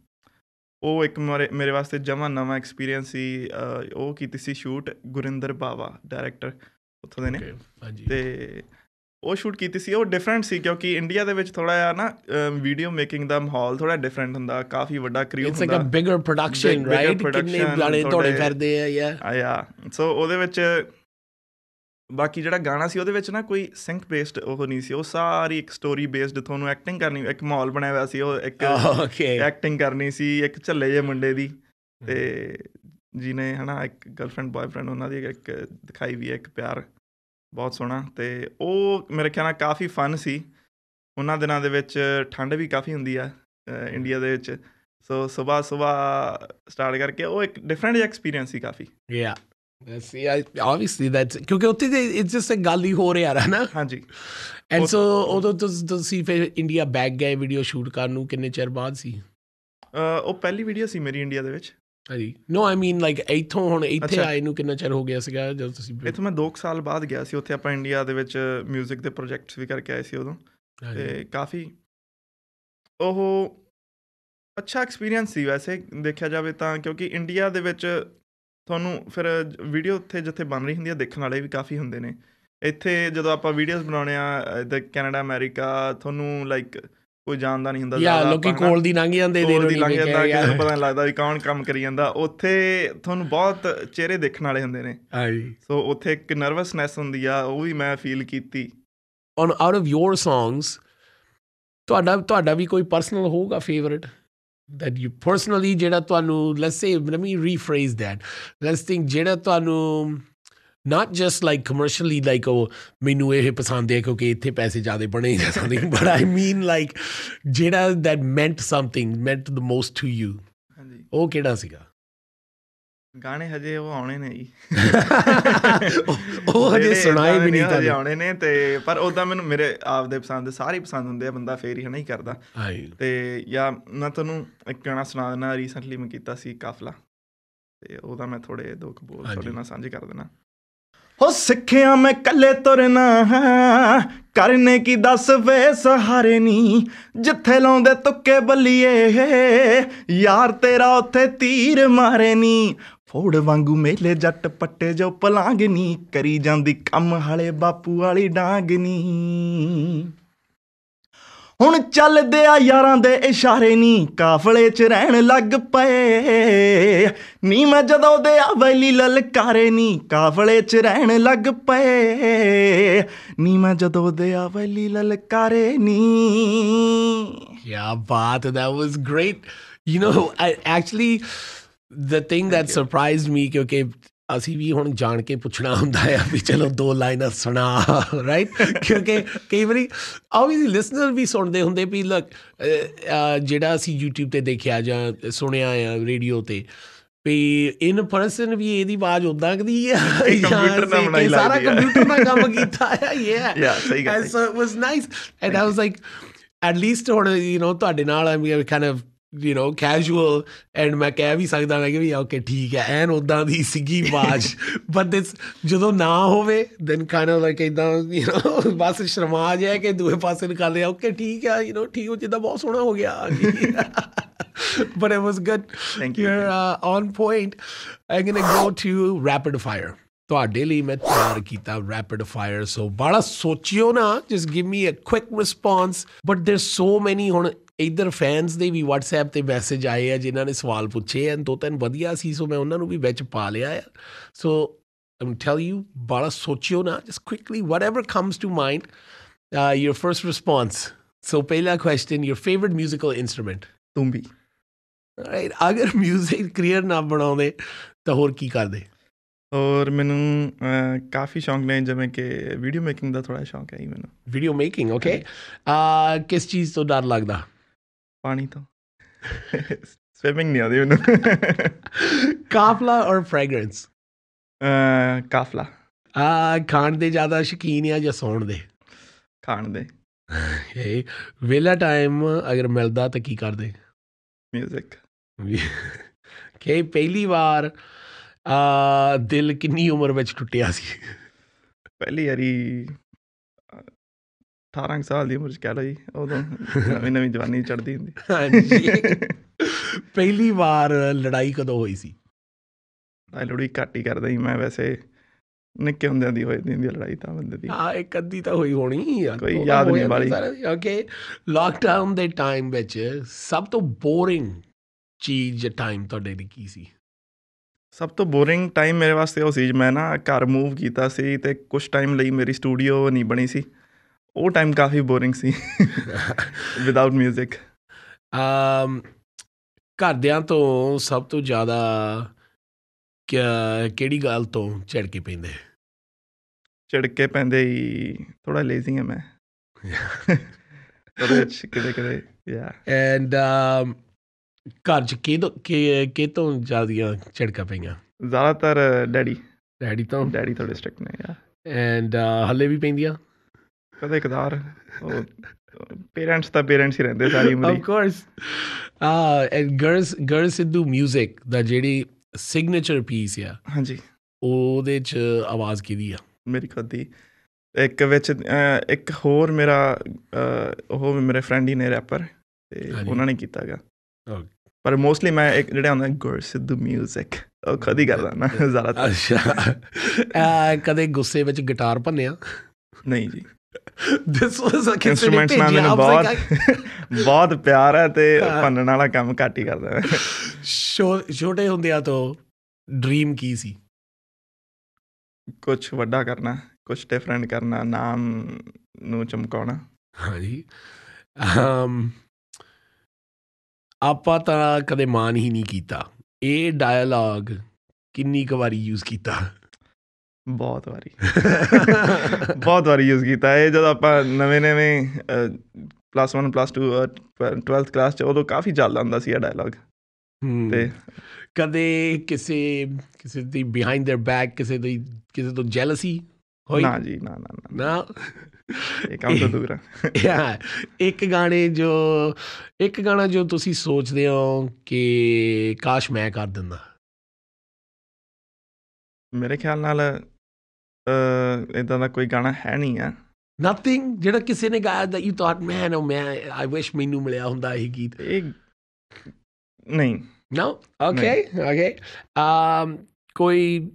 ਉਹ ਇੱਕ ਮੇਰੇ ਮੇਰੇ ਵਾਸਤੇ ਜਮਾ ਨਵਾਂ ਐਕਸਪੀਰੀਅੰਸ ਸੀ ਅਹ, ਉਹ ਕੀਤੀ ਸੀ ਸ਼ੂਟ ਗੁਰਿੰਦਰ ਬਾਵਾ ਡਾਇਰੈਕਟਰ ਉੱਥੋਂ ਦੇ ਨੇ Okay, ਹਾਂਜੀ ਤੇ ਉਹ ਸ਼ੂਟ ਕੀਤੀ ਸੀ ਉਹ ਡਿਫਰੈਂਟ ਸੀ ਕਿਉਂਕਿ ਇੰਡੀਆ ਦੇ ਵਿੱਚ ਥੋੜਾ ਜਿਹਾ ਨਾ ਵੀਡੀਓ ਮੇਕਿੰਗ ਦਾ ਮਾਹੌਲ ਥੋੜਾ ਡਿਫਰੈਂਟ ਹੁੰਦਾ ਕਾਫੀ ਵੱਡਾ ਕ੍ਰਿਊ ਇਟਸ ਲਾਈਕ ਅ ਹੁੰਦਾ bigger production Big- bigger right ਕਿੰਨੇ production, ਗਾਣੇ ਤੁਹਾਡੇ ਤੁਹਾਡੇ- ਫਿਰਦੇ ਆ ਯਾ ਆਇਆ ਸੋ ਉਹਦੇ ਵਿੱਚ ਬਾਕੀ ਜਿਹੜਾ ਗਾਣਾ ਸੀ ਉਹਦੇ ਵਿੱਚ ਨਾ ਕੋਈ ਸਿੰਕ ਬੇਸਡ ਉਹ ਨਹੀਂ ਸੀ ਉਹ ਸਾਰੀ ਇੱਕ ਸਟੋਰੀ ਬੇਸਡ ਤੁਹਾਨੂੰ ਐਕਟਿੰਗ ਕਰਨੀ ਇੱਕ ਮਾਹੌਲ ਬਣਾਇਆ ਹੋਇਆ ਸੀ ਉਹ ਇੱਕ ਓਕੇ ਐਕਟਿੰਗ ਕਰਨੀ ਸੀ ਇੱਕ ਝੱਲੇ ਜੇ ਮੁੰਡੇ ਦੀ ਤੇ ਜਿਹਨੇ ਹਨਾ ਇੱਕ ਗਰਲਫ੍ਰੈਂਡ ਬॉयਫ੍ਰੈਂਡ ਉਹਨਾਂ ਦੀ ਇੱਕ ਦਿਖਾਈ ਵੀ ਹੈ ਇੱਕ ਪਿਆਰ ਬਹੁਤ ਸੋਹਣਾ ਤੇ ਉਹ ਮੇਰੇ ਖਿਆਲ ਨਾਲ ਕਾਫੀ ਫਨ ਸੀ ਉਹਨਾਂ ਦਿਨਾਂ ਦੇ ਵਿੱਚ ਠੰਡ ਵੀ ਕਾਫੀ ਹੁੰਦੀ ਆ ਅ, ਇੰਡੀਆ ਦੇ ਵਿੱਚ ਸੋ ਸਵੇਰ ਸਵੇਰ ਸਟਾਰਟ ਕਰਕੇ ਉਹ ਇੱਕ ਡਿਫਰੈਂਟ ਐਕਸਪੀਰੀਅੰਸ ਸੀ ਕਾਫੀ ਯਾ ਸੀ ਆਬਵੀਅਸਲੀ ਦੈਟਸ ਕਿਉਂਕਿ ਉੱਥੇ ਤੇ ਇਟਸ ਜਸਟ ਅ ਗੱਲ ਹੀ ਹੋ ਰਿਹਾ ਹੈ ਨਾ ਹਾਂਜੀ ਐਂਡ ਉਹ- ਸੋ ਉਦੋਂ ਤੁਸ- ਤੁਸੀਂ ਫਿਰ ਇੰਡੀਆ ਬੈਕ ਗਏ ਵੀਡੀਓ ਸ਼ੂਟ ਕਰਨ ਨੂੰ ਕਿੰਨੇ ਚਿਰ ਬਾਅਦ ਸੀ ਅ, ਉਹ ਪਹਿਲੀ ਵੀਡੀਓ ਸੀ ਮੇਰੀ ਇੰਡੀਆ ਦੇ ਵਿੱਚ ਹਾਂਜੀ ਨੋ ਆਈ ਮੀਨ ਲਾਈਕ ਇੱਥੋਂ ਹੁਣ ਇੱਥੇ ਅੱਛਾ। ਆਏ ਨੂੰ ਕਿੰਨਾ ਚਿਰ ਹੋ ਗਿਆ ਸੀਗਾ ਜਦੋਂ ਤੁਸੀਂ ਇੱਥੋਂ ਮੈਂ 2 ਸਾਲ ਬਾਅਦ ਗਿਆ ਸੀ ਉੱਥੇ ਆਪਾਂ ਇੰਡੀਆ ਦੇ ਵਿੱਚ 뮤직 ਦੇ ਪ੍ਰੋਜੈਕਟਸ ਵੀ ਕਰਕੇ ਆਏ ਸੀ ਉਦੋਂ ਹਾਂਜੀ। ਤੇ ਕਾਫੀ ਉਹ ਅੱਛਾ ਐਕਸਪੀਰੀਅੰਸ ਸੀ ਵੈਸੇ ਦੇਖਿਆ ਜਾਵੇ ਤਾਂ ਕਿਉਂਕਿ ਇੰਡੀਆ ਦੇ ਵਿੱਚ ਤੁਹਾਨੂੰ ਫਿਰ ਵੀਡੀਓ ਉੱਥੇ ਜਿੱਥੇ ਬਣ ਰਹੀ ਹੁੰਦੀ ਹੈ ਦੇਖਣ ਵਾਲੇ ਵੀ ਕਾਫੀ ਹੁੰਦੇ ਨੇ ਇੱਥੇ ਜਦੋਂ ਆਪਾਂ ਵੀਡੀਓਜ਼ ਬਣਾਉਣੇ ਆ ਇਧਰ ਕੈਨੇਡਾ ਅਮਰੀਕਾ ਤੁਹਾਨੂੰ ਲਾਈਕ ਕੋਈ ਜਾਣਦਾ ਨਹੀਂ ਹੁੰਦਾ ਯਾ ਜ਼ਿਆਦਾ ਲੋਕੀ ਆਪਾਂ, ਹਨਾ। ਕੋਲ ਦੀ ਲੰਘ ਜਾਂਦੇ ਦੇ ਕੋਲ ਦੀ ਲੰਘ ਜਾਂਦਾ ਜਾਂਦਾ ਕਿਸੇ ਨੂੰ ਪਤਾ ਨਹੀਂ ਲੱਗਦਾ ਵੀ ਕੌਣ ਕੰਮ ਕਰੀ ਜਾਂਦਾ ਉੱਥੇ ਤੁਹਾਨੂੰ ਬਹੁਤ ਚਿਹਰੇ ਦੇਖਣ ਵਾਲੇ ਹੁੰਦੇ ਨੇ ਹਾਂਜੀ ਸੋ ਉੱਥੇ ਇੱਕ ਨਰਵਸਨੈਸ ਹੁੰਦੀ ਆ ਉਹ ਵੀ ਮੈਂ ਫੀਲ ਕੀਤੀ on out of your songs ਤੁਹਾਡਾ ਤੁਹਾਡਾ ਵੀ ਕੋਈ ਪਰਸਨਲ ਹੋਊਗਾ ਫੇਵਰਿਟ ਦੈਟ ਯੂ ਪਰਸਨਲੀ ਜਿਹੜਾ ਤੁਹਾਨੂੰ let's say let me rephrase that let's think ਜਿਹੜਾ ਤੁਹਾਨੂੰ not just like commercially like ਉਹ oh, ਮੈਨੂੰ ਇਹ ਪਸੰਦ ਹੈ ਕਿਉਂਕਿ ਇੱਥੇ ਪੈਸੇ ਜ਼ਿਆਦਾ ਬਣੇ ਜਾਂ something but I mean like ਜਿਹੜਾ that meant something meant the most to you ਹਾਂਜੀ ਉਹ ਕਿਹੜਾ ਸੀਗਾ ਗਾਣੇ ਹਜੇ ਉਹ ਆਉਣੇ ਨੇ ਜੀ ਉਹ- ਉਹ ਹਜੇ ਜਿਹੜੇ ਸੁਣਾਏ ਵੀ ਗਾਣੇ ਨਹੀਂ ਹਜੇ ਤੁਹਾਨੂੰ। ਆਉਣੇ ਨੇ ਤੇ ਪਰ ਉਦਾਂ ਮੈਨੂੰ ਮੇਰੇ ਆਪ ਦੇ ਪਸੰਦ ਸਾਰੇ ਹੀ ਪਸੰਦ ਹੁੰਦੇ ਆ ਬੰਦਾ ਫੇਰ ਹੀ ਹਨਾ ਹੀ ਕਰਦਾ ਹਾਂਜੀ ਤੇ ਜਾਂ ਮੈਂ ਤੁਹਾਨੂੰ ਇੱਕ ਗਾਣਾ ਸੁਣਾ ਦਿੰਦਾ ਰੀਸੈਂਟਲੀ ਮੈਂ ਕੀਤਾ ਸੀ ਕਾਫਲਾ ਤੇ ਉਹਦਾ ਮੈਂ ਥੋੜੇ ਦੋ ਕੁ ਬੋਲ ਹਾਂਜੀ। ਤੁਹਾਡੇ ਨਾਲ ਸਾਂਝੇ ਕਰ ਦੇਣਾ ਹੋ ਸਿੱਖਿਆ ਮੈਂ ਕੱਲੇ ਤੁਰਨਾ ਹੈ ਕਰਨੇ ਕੀ ਦੱਸ ਵੇ ਸਹਾਰੇ ਨੀ ਜਿੱਥੇ ਲਾਉਂਦੇ ਤੁੱਕੇ ਬੱਲੀਏ ਯਾਰ ਤੇਰਾ ਉੱਥੇ ਤੀਰ ਮਾਰੇ ਨੀ ਫੋੜ ਵਾਂਗੂ ਮੇਲੇ ਜੱਟ ਪੱਟੇ ਜੋ ਪਲਾਂਗ ਨੀ ਕਰੀ ਜਾਂਦੀ ਕੰਮ ਹਾਲੇ ਬਾਪੂ ਵਾਲੀ ਡਾਂਗ ਨੀ ਹੁਣ ਚੱਲਦੇ ਆ ਯਾਰਾਂ ਦੇ ਇਸ਼ਾਰੇ ਨੀ ਕਾਫਲੇ 'ਚ ਰਹਿਣ ਲੱਗ ਪਏ ਨੀ ਮੈਂ ਜਦੋਂ ਦੇ ਆ ਵੈਲੀ ਲਲਕਾਰੇ ਨੀ ਕਾਫਲੇ 'ਚ ਰਹਿਣ ਲੱਗ ਪਏ ਨੀ ਮੈਂ ਜਦੋਂ ਦੇ ਆ ਵੈਲੀ ਲਲਕਾਰੇ ਨੀ Yeah, but that was great. You know, I actually the thing that surprised me ਕਿਉਂਕਿ ਅਸੀਂ ਵੀ ਹੁਣ ਜਾਣ ਕੇ ਪੁੱਛਣਾ ਹੁੰਦਾ ਆ ਵੀ ਚਲੋ ਦੋ ਲਾਈਨਾਂ ਸੁਣਾ ਰਾਈਟ ਕਿਉਂਕਿ ਕਈ ਵਾਰੀ ਆਬਵੀਅਸਲੀ ਲਿਸਨਰ ਵੀ ਸੁਣਦੇ ਹੁੰਦੇ ਵੀ ਲਕ ਜਿਹੜਾ ਅਸੀਂ YouTube ਤੇ ਦੇਖਿਆ ਜਾਂ ਸੁਣਿਆ ਆ ਰੇਡੀਓ ਤੇ ਵੀ ਇਨ ਪਰਸਨ ਵੀ ਇਹਦੀ ਆਵਾਜ਼ ਉਦਾਂ ਕਦੀ ਆ ਇਹ ਜਾਂ computer ਨਾਲ ਅਸੀਂ ਬਣਾਈ ਸਾਰਾ ਲੱਗਦੀ ਆ। ਕੰਪਿਊਟਰ ਨਾਲ ਕੰਮ ਕੀਤਾ ਆ yeah Yeah, ਸਹੀ ਗੱਲ And ਹੈ। so it was nice. And I was like, at least ਹੁਣ you know ਤੁਹਾਡੇ ਨਾਲ I'm gonna kind of you know casual and ਮੈਂ ਕਹਿ ਵੀ ਸਕਦਾ ਮੈਂ ਕਿ ਵੀ ਓਕੇ ਠੀਕ ਹੈ ਐਨ ਉਦਾਂ ਦੀ ਸੀਗੀ ਆਵਾਜ਼ but this ਜਦੋਂ ਨਾ ਹੋਵੇ then kind of like ਇਦਾਂ you know ਬਸ ਸ਼ਰਮਾ ਜਾਏ ਕਿ ਦੂਏ ਪਾਸੇ ਨਿਕਾਲ ਲਿਆ ਓਕੇ ਠੀਕ ਹੈ you know ਠੀਕ ਹੋ ਜਿੱਦਾਂ ਬਹੁਤ ਸੋਹਣਾ ਹੋ ਗਿਆ but it was good Thank you. you're uh, on point i'm going to go to rapid fire ਤੁਹਾਡੇ ਲਈ ਮੈਂ ਤਿਆਰ ਕੀਤਾ ਰੈਪਿਡ ਫਾਇਰ ਸੋ ਬੜਾ ਸੋਚਿਓ ਨਾ just give me a quick response but there so many ਹੁਣ ਇਧਰ ਫੈਨਸ ਦੇ ਵੀ WhatsApp ਤੇ ਮੈਸੇਜ ਆਏ ਆ ਜਿਨ੍ਹਾਂ ਨੇ ਸਵਾਲ ਪੁੱਛੇ ਐਂ ਦੋ ਤਿੰਨ ਵਧੀਆ ਸੀ ਸੋ ਮੈਂ ਉਹਨਾਂ ਨੂੰ ਵੀ ਵਿੱਚ ਪਾ ਲਿਆ ਆ ਸੋ ਆਮ ਟੈਲ ਯੂ ਬੜਾ ਸੋਚਿਓ ਨਾ just quickly whatever comes to mind your first response so ਪਹਿਲਾ ਕੁਐਸਚਨ ਯੂਰ ਫੇਵਰਿਟ 뮤지컬 ਇਨਸਟਰੂਮੈਂਟ ਤੂੰ ਵੀ ਰਾਈਟ ਅਗਰ 뮤직 ਕਰੀਅਰ ਨਾ ਬਣਾਉਂਦੇ ਤਾਂ ਹੋਰ ਕੀ ਕਰਦੇ ਔਰ ਮੈਨੂੰ ਅਹ, ਕਾਫੀ ਸ਼ੌਂਕ ਨੇ ਜਿਵੇਂ ਕਿ ਵੀਡੀਓ ਮੇਕਿੰਗ ਦਾ ਥੋੜਾ ਸ਼ੌਂਕ ਹੈ ਜੀ ਮੈਨੂੰ ਵੀਡੀਓ ਮੇਕਿੰਗ ਓਕੇ ਆ ਕਿਸ ਚੀਜ਼ ਤੋਂ ਡਰ ਲੱਗਦਾ ਪਾਣੀ ਤੋਂ ਸਵਿਮਿੰਗ ਨਹੀਂ ਆਉਂਦੀ ਮੈਨੂੰ ਕਾਫਲਾ ਔਰ ਫ੍ਰੈਗਰੈਂਸ ਅਹ, ਕਾਫਲਾ ਆ ਖਾਣ ਦੇ ਜ਼ਿਆਦਾ ਸ਼ਕੀਨ ਆ ਜਾਂ ਸੌਣ ਦੇ ਖਾਣ ਦੇ ਇਹ ਵੇਲਾ ਟਾਈਮ ਅਗਰ ਮਿਲਦਾ ਤਾਂ ਕੀ ਕਰਦੇ 뮤직 ਵੀ ਕਿ ਪਹਿਲੀ ਵਾਰ ਆ ਦਿਲ ਕਿੰਨੀ ਉਮਰ ਵਿੱਚ ਟੁੱਟਿਆ ਸੀ ਪਹਿਲੀ ਵਾਰੀ ਅਹ, 18 ਕੁ ਸਾਲ ਦੀ ਉਮਰ ਚ ਕਹਿ ਲਓ ਜੀ ਉਦੋਂ ਨਵੀਂ ਨਵੀਂ ਜਵਾਨੀ ਚੜਦੀ ਹੁੰਦੀ ਹਾਂਜੀ ਪਹਿਲੀ ਵਾਰ ਲੜਾਈ ਕਦੋਂ ਹੋਈ ਸੀ ਲੜਾਈ ਲੜੂਈ ਘੱਟ ਹੀ ਕਰਦਾ ਜੀ ਮੈਂ ਵੈਸੇ ਨਿੱਕੇ ਹੁੰਦਿਆਂ ਦੀ ਹੋਈ ਦੀ ਲੜਾਈ ਤਾਂ ਬੰਦੇ ਦੀ ਹਾਂ ਇੱਕ ਅੱਧੀ ਤਾਂ ਹੋਈ ਹੋਣੀ ਆ, ਕੋਈ ਉਹ ਯਾਦ ਹੋ ਨਹੀਂ ਜਾਂਦੀ ਵਾਲੀ। ਸਾਰਿਆਂ ਦੀ। ਓਕੇ ਲਾਕਡਾਊਨ ਦੇ ਟਾਈਮ ਵਿੱਚ ਸਭ ਤੋਂ ਬੋਰਿੰਗ ਚੀਜ਼ ਟਾਈਮ ਤੁਹਾਡੇ ਲਈ ਕੀ ਸੀ ਸਭ ਤੋਂ ਬੋਰਿੰਗ ਟਾਈਮ ਮੇਰੇ ਵਾਸਤੇ ਉਹ ਸੀ ਜ ਮੈਂ ਨਾ ਘਰ ਮੂਵ ਕੀਤਾ ਸੀ ਤੇ ਕੁਝ ਟਾਈਮ ਲਈ ਮੇਰੀ ਸਟੂਡੀਓ ਨਹੀਂ ਬਣੀ ਸੀ ਉਹ ਟਾਈਮ ਕਾਫੀ ਬੋਰਿੰਗ ਸੀ ਵਿਦਆਊਟ 뮤직 ਅਮ ਘਰਦਿਆਂ ਤੋਂ ਸਭ ਤੋਂ ਜ਼ਿਆਦਾ ਕਿਆ- ਕਿਹੜੀ ਗੱਲ ਤੋਂ ਝੜ ਕੇ ਪੈਂਦੇ ਝਿੜਕੇ ਪੈਂਦੇ ਹੀ ਥੋੜਾ ਲੇਜ਼ੀ ਹਾਂ ਮੈਂ ਥੋੜਾ ਕਿਤੇ ਕਿਤੇ ਯਾ ਐਂਡ ਘਰ ਚ ਕਿਹਦੋਂ ਕਿ ਕਿਤੋਂ ਜ਼ਿਆਦੀਆਂ ਝੜਕਾਂ ਪਈਆਂ ਜ਼ਿਆਦਾਤਰ ਡੈਡੀ ਡੈਡੀ ਤੋਂ ਡੈਡੀ ਥੋੜੇ ਸਟ੍ਰਿਕਟ ਨੇ ਯਾ ਐਂਡ ਹੱਲੇ ਵੀ ਪੈਂਦੀਆਂ ਕਦੇ ਕਦਾਰ ਪੇਰੈਂਟਸ ਤਾਂ ਪੇਰੈਂਟਸ ਹੀ ਰਹਿੰਦੇ ਸਾਰੀ ਉਮਰ of he. course uh and girls girls Sidhu music ਦਾ ਜਿਹੜੀ ਸਿਗਨੇਚਰ ਪੀਸ ਆ ਹਾਂਜੀ ਉਹਦੇ ਚ ਆਵਾਜ਼ ਕਿਹਦੀ ਆ ਮੇਰੀ ਖੁਦ ਦੀ ਇੱਕ ਵਿੱਚ ਅਹ, ਇੱਕ ਹੋਰ ਮੇਰਾ ਅਹ, ਉਹ ਵੀ ਮੇਰੇ ਫਰੈਂਡ ਹੀ ਨੇ ਰੈਪਰ ਤੇ ਹਾਂਜੀ। ਉਹਨਾਂ ਨੇ ਕੀਤਾਗਾ Okay. ਪਰ ਮੋਸਟਲੀ ਮੈਂ ਇੱਕ ਜਿਹੜਾ ਹੁੰਦਾ ਗੁਰ ਸਿੱਧੂ 뮤직 ਉਹ ਖੁਦ ਹੀ ਕਰਦਾ ਨਾ ਜ਼ਿਆਦਾਤਰ ਅੱਛਾ Ah, ਕਦੇ ਗੁੱਸੇ ਵਿੱਚ ਗਿਟਾਰ ਭੰਨਿਆ ਨਹੀਂ ਜੀ ਦਿਸ ਵਾਸ ਅ ਇਨਸਟਰੂਮੈਂਟਸ ਨਾਲ ਮੈਨੂੰ ਬਹੁਤ ਬਹੁਤ ਪਿਆਰ ਹੈ ਤੇ ਹਾਂ। ਭੰਨਣ ਵਾਲਾ ਕੰਮ ਘੱਟ ਹੀ ਕਰਦਾ ਮੈਂ ਛੋਟੇ ਹੁੰਦਿਆਂ ਤੋਂ ਡ੍ਰੀਮ ਕੀ ਸੀ ਕੁਝ ਵੱਡਾ ਕਰਨਾ ਕੁਝ ਡਿਫਰੈਂਟ ਕਰਨਾ ਨਾਮ ਨੂੰ ਚਮਕਾਉਣਾ ਹਾਂਜੀ ਅਮ Um, ਆਪਾਂ ਤਾਂ ਕਦੇ ਮਾਨ ਹੀ ਨਹੀਂ ਕੀਤਾ ਇਹ ਡਾਇਲੋਗ ਕਿੰਨੀ ਕੁ ਵਾਰੀ ਯੂਜ਼ ਕੀਤਾ ਬਹੁਤ ਵਾਰੀ ਬਹੁਤ ਵਾਰੀ ਯੂਜ਼ ਕੀਤਾ ਹੈ ਜਦੋਂ ਆਪਾਂ ਨਵੇਂ ਨਵੇਂ ਪਲੱਸ 1 ਪਲੱਸ 2 12th ਕਲਾਸ ਚ ਉਦੋਂ ਕਾਫੀ ਚੱਲਦਾ ਹੁੰਦਾ ਸੀ ਇਹ ਡਾਇਲੌਗ ਹਮ, ਤੇ- ਕਦੇ ਕਿਸੇ ਕਿਸੇ ਦੀ ਬਿਹਾਈਂਡ देयर ਬੈਕ ਕਿਸੇ ਦੀ ਕਿਸੇ ਤੋਂ ਜੈਲਸੀ ਹੋਈ ਨਾ ਜੀ ਨਾ ਨਾ ਨਾ ਨਾ ਇਹ ਕੰਮ ਤੋਂ ਦੂਰ ਆ। ਯਾ ਇੱਕ ਗਾਣੇ ਜੋ ਇੱਕ ਗਾਣਾ ਜੋ ਤੁਸੀਂ ਸੋਚਦੇ ਹੋ ਕਿ ਕਾਸ਼ ਮੈਂ ਕਰ ਦਿੰਦਾ ਮੇਰੇ ਖਿਆਲ ਨਾਲ ਇਦਾਂ ਦਾ ਕੋਈ ਗਾਣਾ ਹੈ ਨਹੀਂ ਆ ਨਥਿੰਗ ਜਿਹੜਾ ਕਿਸੇ ਨੇ ਗਾਇਆ that you thought man oh man i wish ਮੈਨੂੰ ਮਿਲਿਆ ਹੁੰਦਾ ਇਹ ਗੀਤ ਇਹ ਨਹੀਂ ਨਾ ਓਕੇ ਓਕੇ ਅਮ Um, ਕੋਈ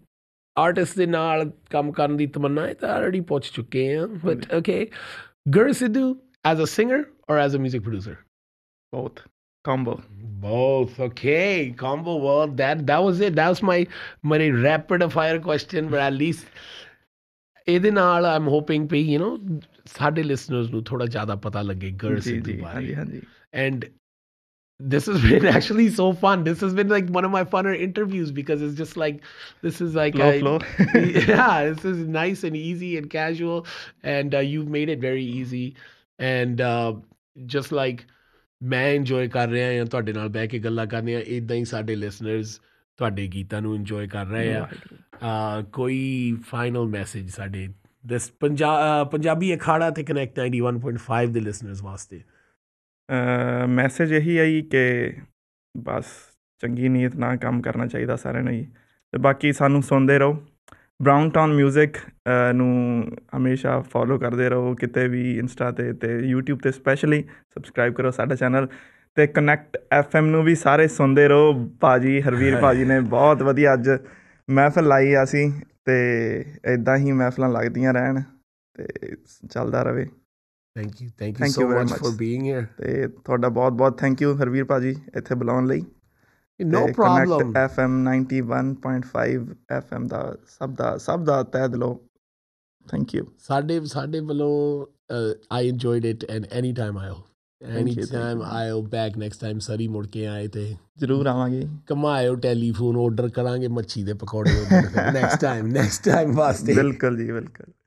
ਆਰਟਿਸਟ ਦੇ ਨਾਲ ਕੰਮ ਕਰਨ ਦੀ ਤਮੰਨਾ ਹੈ ਤਾਂ ਆਲਰੇਡੀ ਪਹੁੰਚ ਚੁੱਕੇ ਹਾਂ but okay Gur Sidhu as a singer or as a 뮤직 producer ਬਹੁਤ combo Both. Okay. Combo world. That that was it. That was my my rapid fire question, but at least ਇਹਦੇ ਨਾਲ ਆਮ ਹੋਪਿੰਗ ਪਈ ਯੂ نو ਸਾਡੇ listeners ਨੂੰ ਥੋੜਾ ਜ਼ਿਆਦਾ ਪਤਾ ਲੱਗੇ ਗਰ ਜੀ ਸਿੱਧੂ ਜੀ ਬਾਰੇ ਹਾਂਜੀ ਹਾਂਜੀ and this has been actually so fun this has been like one of my funner interviews because it's just like this is like flow a- flow yeah, this is nice and easy and casual, and uh, you've made it very easy. And uh, just like ਮੈਂ enjoy ਕਰ ਰਿਹਾ ਜਾਂ ਤੁਹਾਡੇ ਨਾਲ ਬਹਿ ਕੇ ਗੱਲਾਂ ਕਰ ਰਹੇ ਆ ਇਦਾਂ ਹੀ ਸਾਡੇ ਲਿਸਨਰਸ ਤੁਹਾਡੇ ਗੀਤਾਂ ਨੂੰ ਇੰਜੋਏ ਕਰ ਰਹੇ ਆ ਅਹ, ਕੋਈ ਫਾਈਨਲ ਮੈਸੇਜ ਸਾਡੇ ਦਿਸ ਪੰਜਾਬੀ ਅਖਾੜਾ ਤੇ ਕਨੈਕਟ 91.5 ਦੇ ਲਿਸਨਰਸ ਵਾਸਤੇ ਮੈਸੇਜ ਇਹੀ ਆਈ ਕਿ ਬਸ ਚੰਗੀ ਨੀਅਤ ਨਾਲ ਕੰਮ ਕਰਨਾ ਚਾਹੀਦਾ ਸਾਰਿਆਂ ਨੂੰ ਜੀ ਤੇ ਬਾਕੀ ਸਾਨੂੰ ਸੁਣਦੇ ਰਹੋ ਬ੍ਰਾਊਨ ਟਾਊਨ 뮤직 ਨੂੰ ਹਮੇਸ਼ਾ ਫੋਲੋ ਕਰਦੇ ਰਹੋ ਕਿਤੇ ਵੀ ਇੰਸਟਾ ਤੇ ਤੇ YouTube ਤੇ ਸਪੈਸ਼ਲੀ ਸਬਸਕ੍ਰਾਈਬ ਕਰੋ ਸਾਡਾ ਚੈਨਲ ਤੇ ਕਨੈਕਟ FM ਨੂੰ ਵੀ ਸਾਰੇ ਸੁਣਦੇ ਰਹੋ ਭਾਜੀ ਹਰਵੀਰ ਭਾਜੀ ਨੇ ਬਹੁਤ ਵਧੀਆ ਅੱਜ ਮਹਿਫਲ ਲਾਈ ਆ ਸੀ ਤੇ ਇਦਾਂ ਹੀ ਮਹਿਫਲਾਂ ਲੱਗਦੀਆਂ ਰਹਿਣ ਤੇ ਚੱਲਦਾ ਰਹੇ thank you thank you Thank so you very much much. For being here ਤੇ ਤੁਹਾਡਾ ਬਹੁਤ ਬਹੁਤ ਥੈਂਕ ਯੂ ਹਰਵੀਰ ਭਾਜੀ ਇੱਥੇ ਬੁਲਾਉਣ ਲਈ ਨੋ ਪ੍ਰੋਬਲਮ FM 91.5 FM ਦਾ ਸਭ ਦਾ ਸਭ ਦਾ ਤਹਿ ਦਿਲੋਂ ਥੈਂਕ ਯੂ ਸਾਡੇ ਸਾਡੇ ਵੱਲੋਂ I enjoyed it and any time ਆਇਓ any Thank you, thank time you. ਆਇਓ ਬੈਕ ਨੈਕਸਟ ਟਾਈਮ ਸਰੀ ਮੁੜ ਕੇ ਆਏ ਤੇ ਜ਼ਰੂਰ ਆਵਾਂਗੇ ਕਮਾਇਓ ਟੈਲੀਫੋਨ ਆਰਡਰ ਕਰਾਂਗੇ ਮੱਛੀ ਦੇ ਪਕੌੜੇ ਨੈਕਸਟ ਟਾਈਮ ਨੈਕਸਟ ਟਾਈਮ ਵਾਸਤੇ ਬਿਲਕੁਲ ਜੀ ਬਿਲਕੁਲ